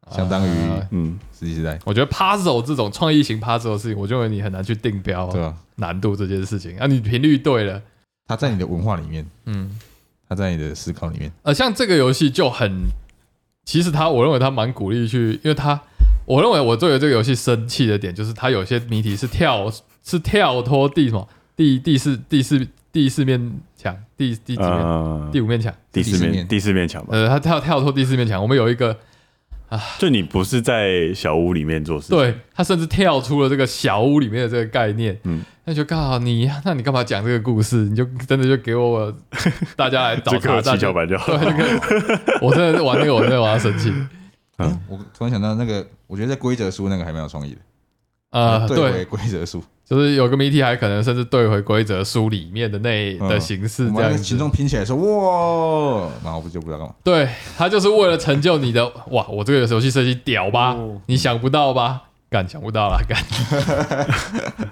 [SPEAKER 4] 啊
[SPEAKER 1] 相当于
[SPEAKER 2] 嗯，
[SPEAKER 1] 实际时代，
[SPEAKER 4] 我觉得 puzzle 这种哦创意型 puzzle 的事情，我认为你很难去定标
[SPEAKER 1] 对吧？
[SPEAKER 4] 难度这件事情啊，你频率对了，
[SPEAKER 1] 它在你的文化里面，
[SPEAKER 4] 嗯，
[SPEAKER 1] 它在你的思考里面，
[SPEAKER 4] 呃，像这个游戏就很，其实它我认为它蛮鼓励去，因为它我认为我对于这个游戏生气的点就是它有些谜题是跳是跳脱第什么第第四第四第四面墙第第几面、
[SPEAKER 2] 呃
[SPEAKER 4] 第，五面墙，
[SPEAKER 2] 第四
[SPEAKER 1] 第四
[SPEAKER 2] 面
[SPEAKER 1] 面
[SPEAKER 2] 第四面墙
[SPEAKER 4] [laughs]
[SPEAKER 2] 吧，
[SPEAKER 4] 呃，它跳跳脱第四面墙，我们有一个
[SPEAKER 2] 就你不是在小屋里面做事，，
[SPEAKER 4] 对他甚至跳出了这个小屋里面的这个概念，嗯
[SPEAKER 2] 嗯，
[SPEAKER 4] 那就刚好你，啊那你干嘛讲这个故事？你就真的就给我大家来找
[SPEAKER 2] 这个
[SPEAKER 4] 茬，
[SPEAKER 2] 有
[SPEAKER 4] 大
[SPEAKER 2] 七
[SPEAKER 4] 家
[SPEAKER 2] 巧板 [laughs] 就好
[SPEAKER 4] 对，。那个 [laughs] 我真的是玩那个，我真的玩到生气。嗯
[SPEAKER 1] 哎我突然想到那个，我觉得在规则书那个还蛮有创意的
[SPEAKER 4] 呃，
[SPEAKER 1] 对回
[SPEAKER 4] 对，
[SPEAKER 1] 规则书，
[SPEAKER 4] 就是有个谜题，还可能甚至对回规则书里面的那
[SPEAKER 1] 嗯
[SPEAKER 4] 的形
[SPEAKER 1] 我
[SPEAKER 4] 式
[SPEAKER 1] 们
[SPEAKER 4] 这
[SPEAKER 1] 把那
[SPEAKER 4] 样
[SPEAKER 1] 个群
[SPEAKER 4] 子。
[SPEAKER 1] 众拼起来说哇，然后我就不知道干嘛。
[SPEAKER 4] 对他就是为了成就你的哇，我这个游戏设计屌吧？
[SPEAKER 1] 哦
[SPEAKER 4] 你想不到吧？干想不到啦，干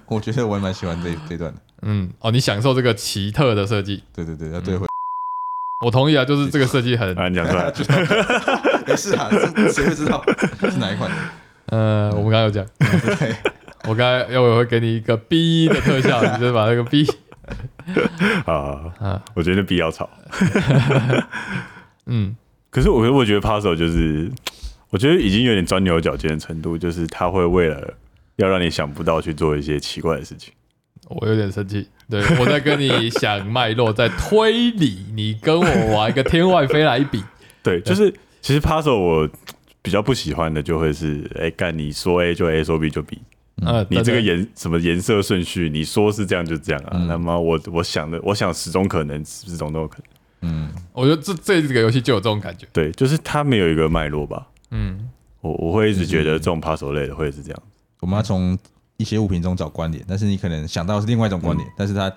[SPEAKER 1] 我觉得我也蛮喜欢这这段的，
[SPEAKER 4] 嗯哦，你享受这个奇特的设计，
[SPEAKER 1] 对对对，要对回，
[SPEAKER 4] 我同意啊，就是这个设
[SPEAKER 2] [laughs]
[SPEAKER 4] 计很
[SPEAKER 2] 啊，你讲出
[SPEAKER 4] [laughs]
[SPEAKER 2] 来，
[SPEAKER 4] 嗯
[SPEAKER 1] 没事啊，这谁会知道是哪一款？
[SPEAKER 4] 呃，我们刚刚有讲，
[SPEAKER 1] [laughs] 对，
[SPEAKER 4] 我刚才要我会给你一个 B 的特效，你就把那个 B
[SPEAKER 2] 啊，
[SPEAKER 4] 啊，
[SPEAKER 2] 我觉得必要吵。
[SPEAKER 4] 嗯，
[SPEAKER 2] 可是我我觉得 puzzle 就是，我觉得已经有点钻牛角尖的程度，就是他会为了要让你想不到去做一些奇怪的事情。
[SPEAKER 4] 我有点生气，对我在跟你想脉络，在推理，你跟我玩一个天外飞来一笔，
[SPEAKER 2] 对，就是其实 puzzle 我比较不喜欢的就会是，哎、干你说 A 就 A，说 B 就 B，
[SPEAKER 4] 呃，
[SPEAKER 2] 你这个
[SPEAKER 4] 真的
[SPEAKER 2] 颜什么颜色顺序，你说是这样就这样啊。
[SPEAKER 1] 嗯
[SPEAKER 2] 那么我我想的，我想始终可能，始终都有可能。
[SPEAKER 1] 嗯，
[SPEAKER 4] 我觉得这这几个游戏就有这种感觉，
[SPEAKER 2] 对，就是它没有一个脉络吧。
[SPEAKER 4] 嗯，
[SPEAKER 2] 我我会一
[SPEAKER 1] 嗯
[SPEAKER 2] 直觉得这种 puzzle 类的会是这样。
[SPEAKER 1] 我们要从一些物品中找关联，但是你可能想到是另外一种观点，但是它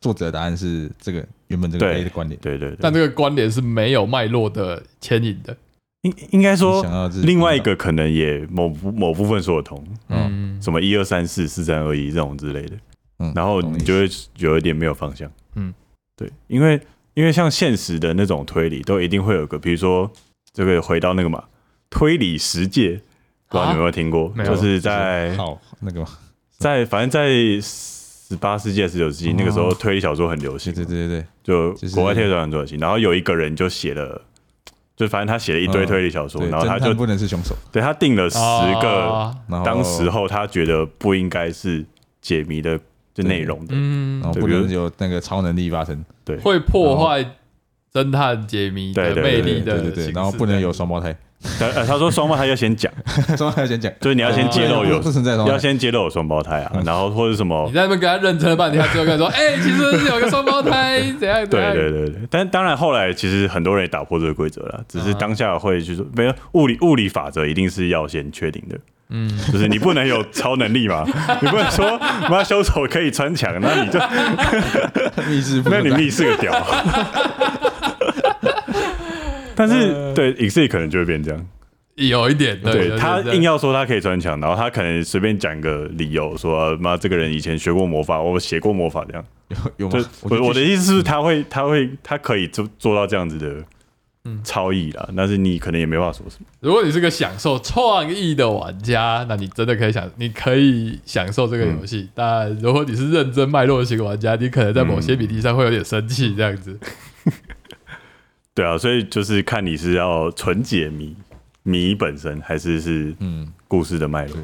[SPEAKER 1] 作者的答案是这个原本这个
[SPEAKER 2] 嗯对
[SPEAKER 1] A 的观点，
[SPEAKER 2] 对对对，
[SPEAKER 4] 但这个关联是没有脉络的牵引的，
[SPEAKER 2] 应应该
[SPEAKER 1] 你
[SPEAKER 2] 说
[SPEAKER 1] 想要的是
[SPEAKER 2] 另外一个可能也某部某部分说得通，
[SPEAKER 4] 嗯
[SPEAKER 2] 什么一二三四四三二一这种之类的，
[SPEAKER 1] 嗯，
[SPEAKER 2] 然后
[SPEAKER 1] 懂
[SPEAKER 2] 你
[SPEAKER 1] 意思
[SPEAKER 2] 就会有一点没有方向。
[SPEAKER 4] 嗯，
[SPEAKER 2] 对，因为因为像现实的那种推理，都一定会有个，比如说这个回到那个嘛，推理实界，不知道你有没有听
[SPEAKER 1] 啊
[SPEAKER 2] 过，
[SPEAKER 4] 没有
[SPEAKER 2] 就是在
[SPEAKER 1] 好那个嘛，
[SPEAKER 2] 在反正在十八世纪、十九世纪、那个时候，推理小说很流
[SPEAKER 1] 对
[SPEAKER 2] 行，
[SPEAKER 1] 对对对对，
[SPEAKER 2] 就
[SPEAKER 1] 哦就是
[SPEAKER 2] 国外推理小说很流行，然后有一个人就写了。就反正他写了一堆
[SPEAKER 1] 嗯
[SPEAKER 2] 推理小说，
[SPEAKER 1] 对，
[SPEAKER 2] 然后他
[SPEAKER 1] 侦
[SPEAKER 2] 就
[SPEAKER 1] 探不哦能是凶手，
[SPEAKER 2] 对他定了十个，
[SPEAKER 4] 啊
[SPEAKER 1] 然后
[SPEAKER 2] 当时候他觉得不应该是解谜的就内容的，
[SPEAKER 4] 嗯
[SPEAKER 1] 然后
[SPEAKER 2] 对
[SPEAKER 1] 不
[SPEAKER 2] 比如
[SPEAKER 1] 能有那个超能力发生，
[SPEAKER 2] 对
[SPEAKER 4] 会破坏侦探解谜的
[SPEAKER 2] 对对
[SPEAKER 4] 魅
[SPEAKER 2] 对
[SPEAKER 1] 对
[SPEAKER 4] 力的
[SPEAKER 1] 对对
[SPEAKER 4] 形式
[SPEAKER 1] 对，然后不能有双胞胎， [laughs]
[SPEAKER 2] 他呃他说双胞胎要先讲，
[SPEAKER 1] 双胞胎先讲，
[SPEAKER 2] 就是你要先揭露
[SPEAKER 1] 不
[SPEAKER 2] 有
[SPEAKER 1] 不存在双胞
[SPEAKER 2] 要
[SPEAKER 1] 胎，
[SPEAKER 2] 先揭露有双胞胎啊，然后或者什么
[SPEAKER 4] 你，在那边跟他认真了半天，他最后跟他说：“哎、其实是有个双胞胎，怎样怎
[SPEAKER 2] 对
[SPEAKER 4] 样。”
[SPEAKER 2] 对对对，但当然后来其实很多人也打破这个规则了，只是当下会去说，没有物理物理法则一定是要先确定的。
[SPEAKER 4] 嗯，
[SPEAKER 2] 就是你不能有超能力嘛，你不能说妈凶手可以穿墙，那你就
[SPEAKER 1] 密室不
[SPEAKER 2] 那
[SPEAKER 1] 能
[SPEAKER 2] 你
[SPEAKER 1] 打
[SPEAKER 2] 密室个屌。但是对 Exe 可能就会变这样，
[SPEAKER 4] 有一点，对
[SPEAKER 2] 对他硬
[SPEAKER 4] 要
[SPEAKER 2] 要说他可以穿墙，然后他可能随便讲个理由，说啊妈这个人以前学过魔法，我写过魔法这样。
[SPEAKER 1] 有吗觉
[SPEAKER 2] 就？
[SPEAKER 1] 得
[SPEAKER 2] 我我的
[SPEAKER 1] 这
[SPEAKER 2] 意思是，他会他会他可以做做到这样子的
[SPEAKER 4] 嗯
[SPEAKER 2] 超意啦，但是你可能也没办法说什么。
[SPEAKER 4] 如果你是个享受创意的玩家，那你真的可以享，你可以享受这个游戏。但如果你是认真脉络型玩家，你可能在某些比例上会有点生气，这样子。
[SPEAKER 2] 对啊，所以就是看你是要纯解谜谜本身，还是是
[SPEAKER 1] 嗯，
[SPEAKER 2] 故事的脉络。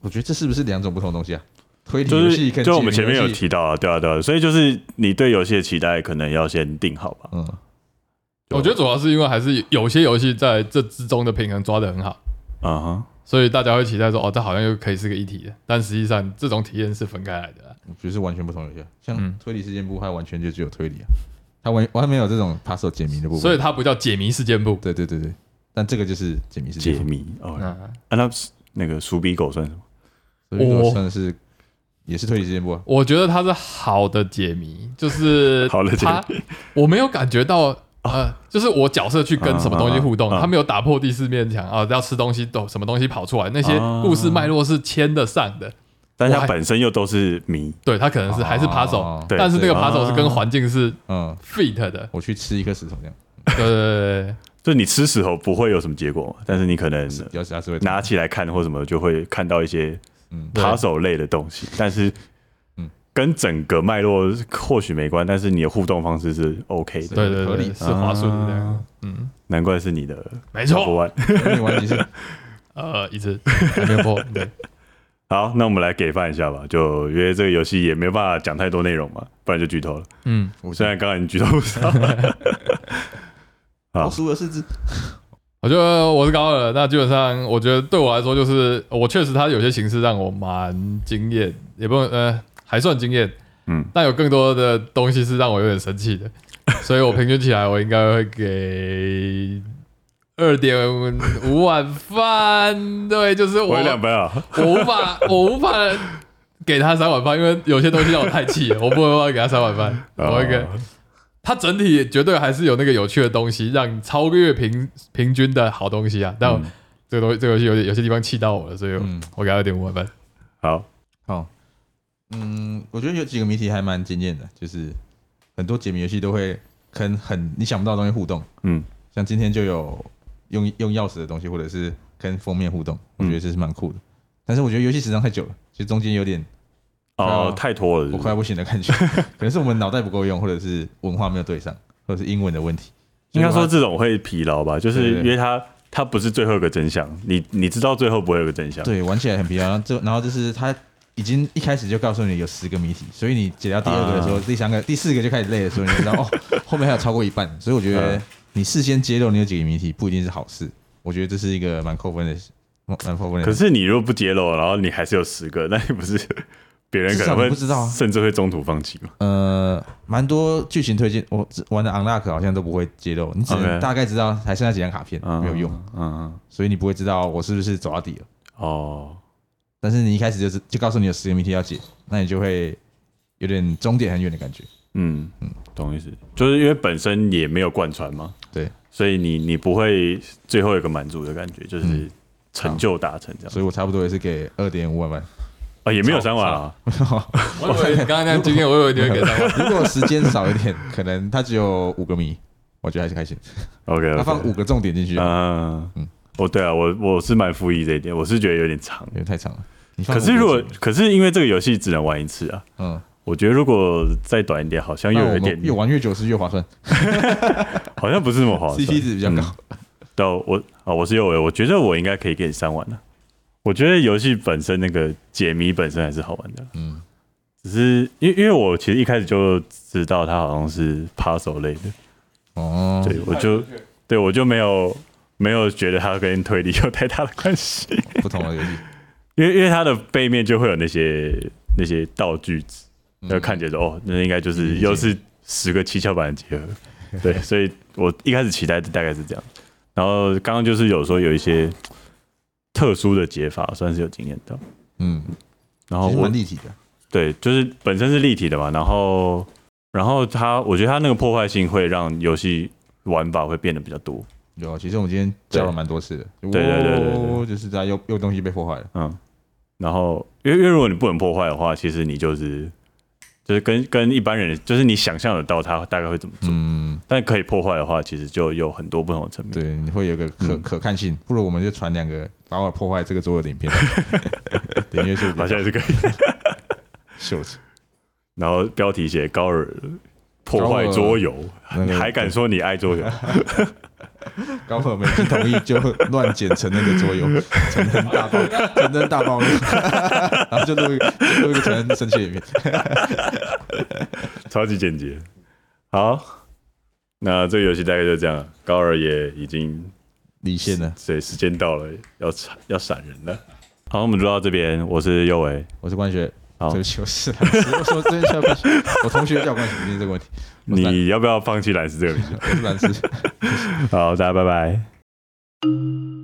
[SPEAKER 1] 我觉得这是不是两种不同的东西啊？推理
[SPEAKER 2] 就
[SPEAKER 1] 游戏
[SPEAKER 2] 是
[SPEAKER 1] 跟
[SPEAKER 2] 就我们
[SPEAKER 1] 解
[SPEAKER 2] 前
[SPEAKER 1] 谜游
[SPEAKER 2] 面有
[SPEAKER 1] 戏，
[SPEAKER 2] 提到啊，对啊对啊，所以就是你对游戏的期待可能要先定好吧。
[SPEAKER 1] 嗯，
[SPEAKER 4] 我觉得主要是因为还是有些游戏在这之中的平衡抓得很好，
[SPEAKER 2] 嗯哼，
[SPEAKER 4] 所以大家会期待说：“哦，这好像又可以是个一体的。”但实际上，这种体验是分开来的啊。
[SPEAKER 1] 我觉得是完全不同游戏啊，
[SPEAKER 4] 嗯
[SPEAKER 1] 像推理事件簿，它完全就只有推理啊，它完我还没有这种 puzzle 解谜的部分，
[SPEAKER 4] 所以它不叫解谜事件簿。
[SPEAKER 1] 对对对对，但这个就是解谜事
[SPEAKER 2] 解
[SPEAKER 1] 件簿，
[SPEAKER 2] 谜哦。啊，
[SPEAKER 4] 嗯，
[SPEAKER 2] 那那个鼠比狗算什么？
[SPEAKER 1] 所以说
[SPEAKER 4] 哦
[SPEAKER 1] 算是也是推理事件簿啊，
[SPEAKER 4] 我觉得它是好的解谜，就是
[SPEAKER 2] [laughs] 好的解哦
[SPEAKER 4] 它我没有感觉到。呃，就是我角色去跟什么东西互动，
[SPEAKER 2] 啊啊啊啊
[SPEAKER 4] 他没有打破第四面墙啊，要吃东西，都什么东西跑出来，那些
[SPEAKER 2] 啊
[SPEAKER 4] 故事脉络是牵得上的。
[SPEAKER 2] 但
[SPEAKER 4] 我
[SPEAKER 2] 它
[SPEAKER 4] 还
[SPEAKER 2] 本身又都是谜，
[SPEAKER 4] 对，它可能是还是扒手，
[SPEAKER 1] 哦
[SPEAKER 2] 对
[SPEAKER 4] 但是那个扒手是跟
[SPEAKER 2] 啊
[SPEAKER 4] 环境是
[SPEAKER 1] 嗯，
[SPEAKER 4] fit 的。
[SPEAKER 1] 我去吃一颗石头这样，
[SPEAKER 4] 对对对对
[SPEAKER 2] 就你吃石头不会有什么结果嘛，但是你可能
[SPEAKER 1] 咬死它是会痛
[SPEAKER 2] [laughs] 拿起来看或什么，就会看到一些
[SPEAKER 1] 嗯
[SPEAKER 4] 对
[SPEAKER 2] 扒手类的东西，但是
[SPEAKER 1] 嗯
[SPEAKER 2] 跟整个脉络或许没关，但是你的互动方式是 OK 的。
[SPEAKER 4] 对对
[SPEAKER 1] 合
[SPEAKER 4] 对，
[SPEAKER 1] 理
[SPEAKER 4] 是滑顺的这
[SPEAKER 2] 啊哦
[SPEAKER 4] 样。嗯，
[SPEAKER 2] 难怪是你的，
[SPEAKER 4] 没错。
[SPEAKER 2] 万。
[SPEAKER 1] 你玩几次？
[SPEAKER 4] 呃，一直还没有破，对，
[SPEAKER 2] 好，那我们来给饭一下吧，就因为这个游戏也没有办法讲太多内容嘛，不然就剧透了。
[SPEAKER 4] 嗯，
[SPEAKER 1] 我
[SPEAKER 2] 虽然刚才你剧透不少，
[SPEAKER 1] 我输了四只，
[SPEAKER 4] 我觉得我是高二了，那基本上我觉得对我来说就是，我确实它有些形式让我蛮惊艳，也不能呃还算惊艳，
[SPEAKER 2] 嗯，
[SPEAKER 4] 但有更多的东西是让我有点
[SPEAKER 2] [laughs]
[SPEAKER 4] 生气的，所以我平均起来我应该会给二点五碗饭，对，就是我
[SPEAKER 2] 我有两分啊，
[SPEAKER 4] 我无法我无法给他三碗饭，因为有些东西让我太气了，我不会办法给他三碗饭，我会给。
[SPEAKER 2] [laughs] 哦
[SPEAKER 4] 它整体绝对还是有那个有趣的东西，让超越平平均的好东西啊。但
[SPEAKER 2] 嗯
[SPEAKER 4] 我这个东西，这个游戏有点有些地方气到我了，所以我,、
[SPEAKER 1] 嗯
[SPEAKER 4] 给他二点五分。
[SPEAKER 2] 好，
[SPEAKER 1] 好，嗯，我觉得有几个谜题还蛮惊艳的，就是很多解谜游戏都会跟很你想不到的东西互动，
[SPEAKER 2] 嗯，
[SPEAKER 1] 像今天就有用用钥匙的东西，或者是跟封面互动，我
[SPEAKER 2] 嗯
[SPEAKER 1] 觉得这是蛮酷的。但是我觉得游戏时长太久了，就中间有点
[SPEAKER 2] 哦
[SPEAKER 1] 啊，
[SPEAKER 2] 太拖了是
[SPEAKER 1] 我
[SPEAKER 2] 不
[SPEAKER 1] 快
[SPEAKER 2] 是，
[SPEAKER 1] 要不行的感觉， [laughs] 可能是我们脑袋不够用，或者是文化没有对上，或者是英文的问题。
[SPEAKER 2] 应该说这种会疲劳吧，就是
[SPEAKER 1] 对对
[SPEAKER 2] 因为它它不是最后一个真相，你你知道最后不会有个真相，
[SPEAKER 1] 对，玩起来很疲劳。然后这，然后就是他已经一开始就告诉你有十个谜题，所以你解到第二个的时
[SPEAKER 2] 啊
[SPEAKER 1] 候，第三个、第四个就开始累了，所以你知道
[SPEAKER 2] [laughs]
[SPEAKER 1] 哦，后面还有超过一半。所以我觉得
[SPEAKER 2] 嗯
[SPEAKER 1] 你事先揭露你有几个谜题不一定是好事，我觉得这是一个蛮扣分的，蛮蛮扣分的。
[SPEAKER 2] 可是你如果不揭露，然后你还是有十个，那你不是别人可能
[SPEAKER 1] 至少
[SPEAKER 2] 会
[SPEAKER 1] 你不知道啊
[SPEAKER 2] 甚至会中途放弃嘛？
[SPEAKER 1] 呃，蛮多剧情推荐，我只玩的 Unlock 好像都不会揭露，你只
[SPEAKER 2] OK
[SPEAKER 1] 能大概知道还剩下几张卡片
[SPEAKER 2] 嗯
[SPEAKER 1] 没有用，，
[SPEAKER 2] 嗯嗯，
[SPEAKER 1] 所以你不会知道我是不是走到底了。
[SPEAKER 2] 哦，
[SPEAKER 1] 但是你一开始就是就告诉你有十个谜题要解，那你就会有点终点很远的感觉。
[SPEAKER 2] 嗯嗯，懂意思，就是因为本身也没有贯穿嘛，
[SPEAKER 1] 对，
[SPEAKER 2] 所以你你不会最后有个满足的感觉，就是
[SPEAKER 1] 嗯
[SPEAKER 2] 成就达成这样，
[SPEAKER 1] 所以我差不多也是给二点五万吧。
[SPEAKER 2] 啊，也没有三万啊，
[SPEAKER 4] 我以为你刚刚那样经验，我以为你会给三碗。
[SPEAKER 1] 如果时间少一点， [laughs] 可能他只有五个谜，我觉得还是开心。
[SPEAKER 2] OK，
[SPEAKER 1] 他放五个重点进去，
[SPEAKER 2] 嗯
[SPEAKER 1] 嗯
[SPEAKER 2] 哦，对啊，我我是蛮复议这一点，我是觉得有点长
[SPEAKER 1] 因。为太长了。你放
[SPEAKER 2] 可
[SPEAKER 1] 五个
[SPEAKER 2] 是如果
[SPEAKER 1] 重点
[SPEAKER 2] 可是因为这个游戏只能玩一次啊，
[SPEAKER 1] 嗯，
[SPEAKER 2] 我觉得如果再短一点，好像又
[SPEAKER 1] 那
[SPEAKER 2] 有
[SPEAKER 1] 我
[SPEAKER 2] 一
[SPEAKER 1] 们
[SPEAKER 2] 点
[SPEAKER 1] 越，玩越久是越划算
[SPEAKER 2] [laughs] 好像不是那么划
[SPEAKER 1] [laughs]
[SPEAKER 2] 算。
[SPEAKER 1] ，CP 值比较
[SPEAKER 2] 嗯
[SPEAKER 1] 高。
[SPEAKER 2] 对，我啊，我是右维，我觉得我应该可以给你三万的。我觉得游戏本身那个解谜本身还是好玩的，
[SPEAKER 1] 嗯，
[SPEAKER 2] 只是因为因为我其实一开始就知道它好像是 puzzle 类的，
[SPEAKER 1] 嗯哦，
[SPEAKER 2] 对我就对我就没有没有觉得它跟推理有太大的关系， [laughs]
[SPEAKER 1] 不同的游戏，
[SPEAKER 2] 因为因为它的背面就会有那些那些道具纸，
[SPEAKER 1] 嗯
[SPEAKER 2] 那看起来说哦，那应该就
[SPEAKER 1] 理
[SPEAKER 2] 是
[SPEAKER 1] 解
[SPEAKER 2] 又是十个七巧板的结合，对，所以我一开始期待的大概是这样。然后刚刚就是有说有一些特殊的解法，算是有经验到。
[SPEAKER 1] 嗯，
[SPEAKER 2] 然后
[SPEAKER 1] 其实
[SPEAKER 2] 我
[SPEAKER 1] 蛮立体的。
[SPEAKER 2] 对，就是本身是立体的嘛，然后然后它，我觉得它那个破坏性会让游戏玩法会变得比较多。
[SPEAKER 1] 有啊，其实我们今天教了蛮多次的。
[SPEAKER 2] 对对对对对
[SPEAKER 1] 哦，就是大家又又东西被破坏了。
[SPEAKER 2] 嗯，然后因为因为如果你不能破坏的话，其实你就是就是跟跟一般人，就是你想象得到他大概会怎么做，
[SPEAKER 1] 嗯，
[SPEAKER 2] 但可以破坏的话，其实就有很多不同的层面。
[SPEAKER 1] 对，你会有个可
[SPEAKER 2] 嗯
[SPEAKER 1] 可看性。不如我们就传两个把我破坏这个桌的影
[SPEAKER 2] [laughs]
[SPEAKER 1] 片，点阅数比较
[SPEAKER 2] 好像也是可以。
[SPEAKER 1] 秀气。
[SPEAKER 2] 然后标题写高尔破坏桌游，
[SPEAKER 1] 那个
[SPEAKER 2] 还敢说你爱桌游？
[SPEAKER 1] 高朋友们不同意就乱剪成那个桌游，成人大暴，成人大暴力，然后就录一就录一个成人生气的影片。
[SPEAKER 2] 超级简洁。好，那这个游戏大概就这样了。高二也已经
[SPEAKER 1] 离线了，
[SPEAKER 2] 所以时间到了，要闪要闪人了。好，我们就到这边。我是右维，
[SPEAKER 1] 我是关学，
[SPEAKER 2] 好
[SPEAKER 1] 对不起，我是老师，我说真的叫关学，我同学叫关学，一定是这个问题。我是蓝
[SPEAKER 2] 你要不要放弃蓝斯这个名字？
[SPEAKER 1] 我是蓝师。
[SPEAKER 2] 好，大家拜拜。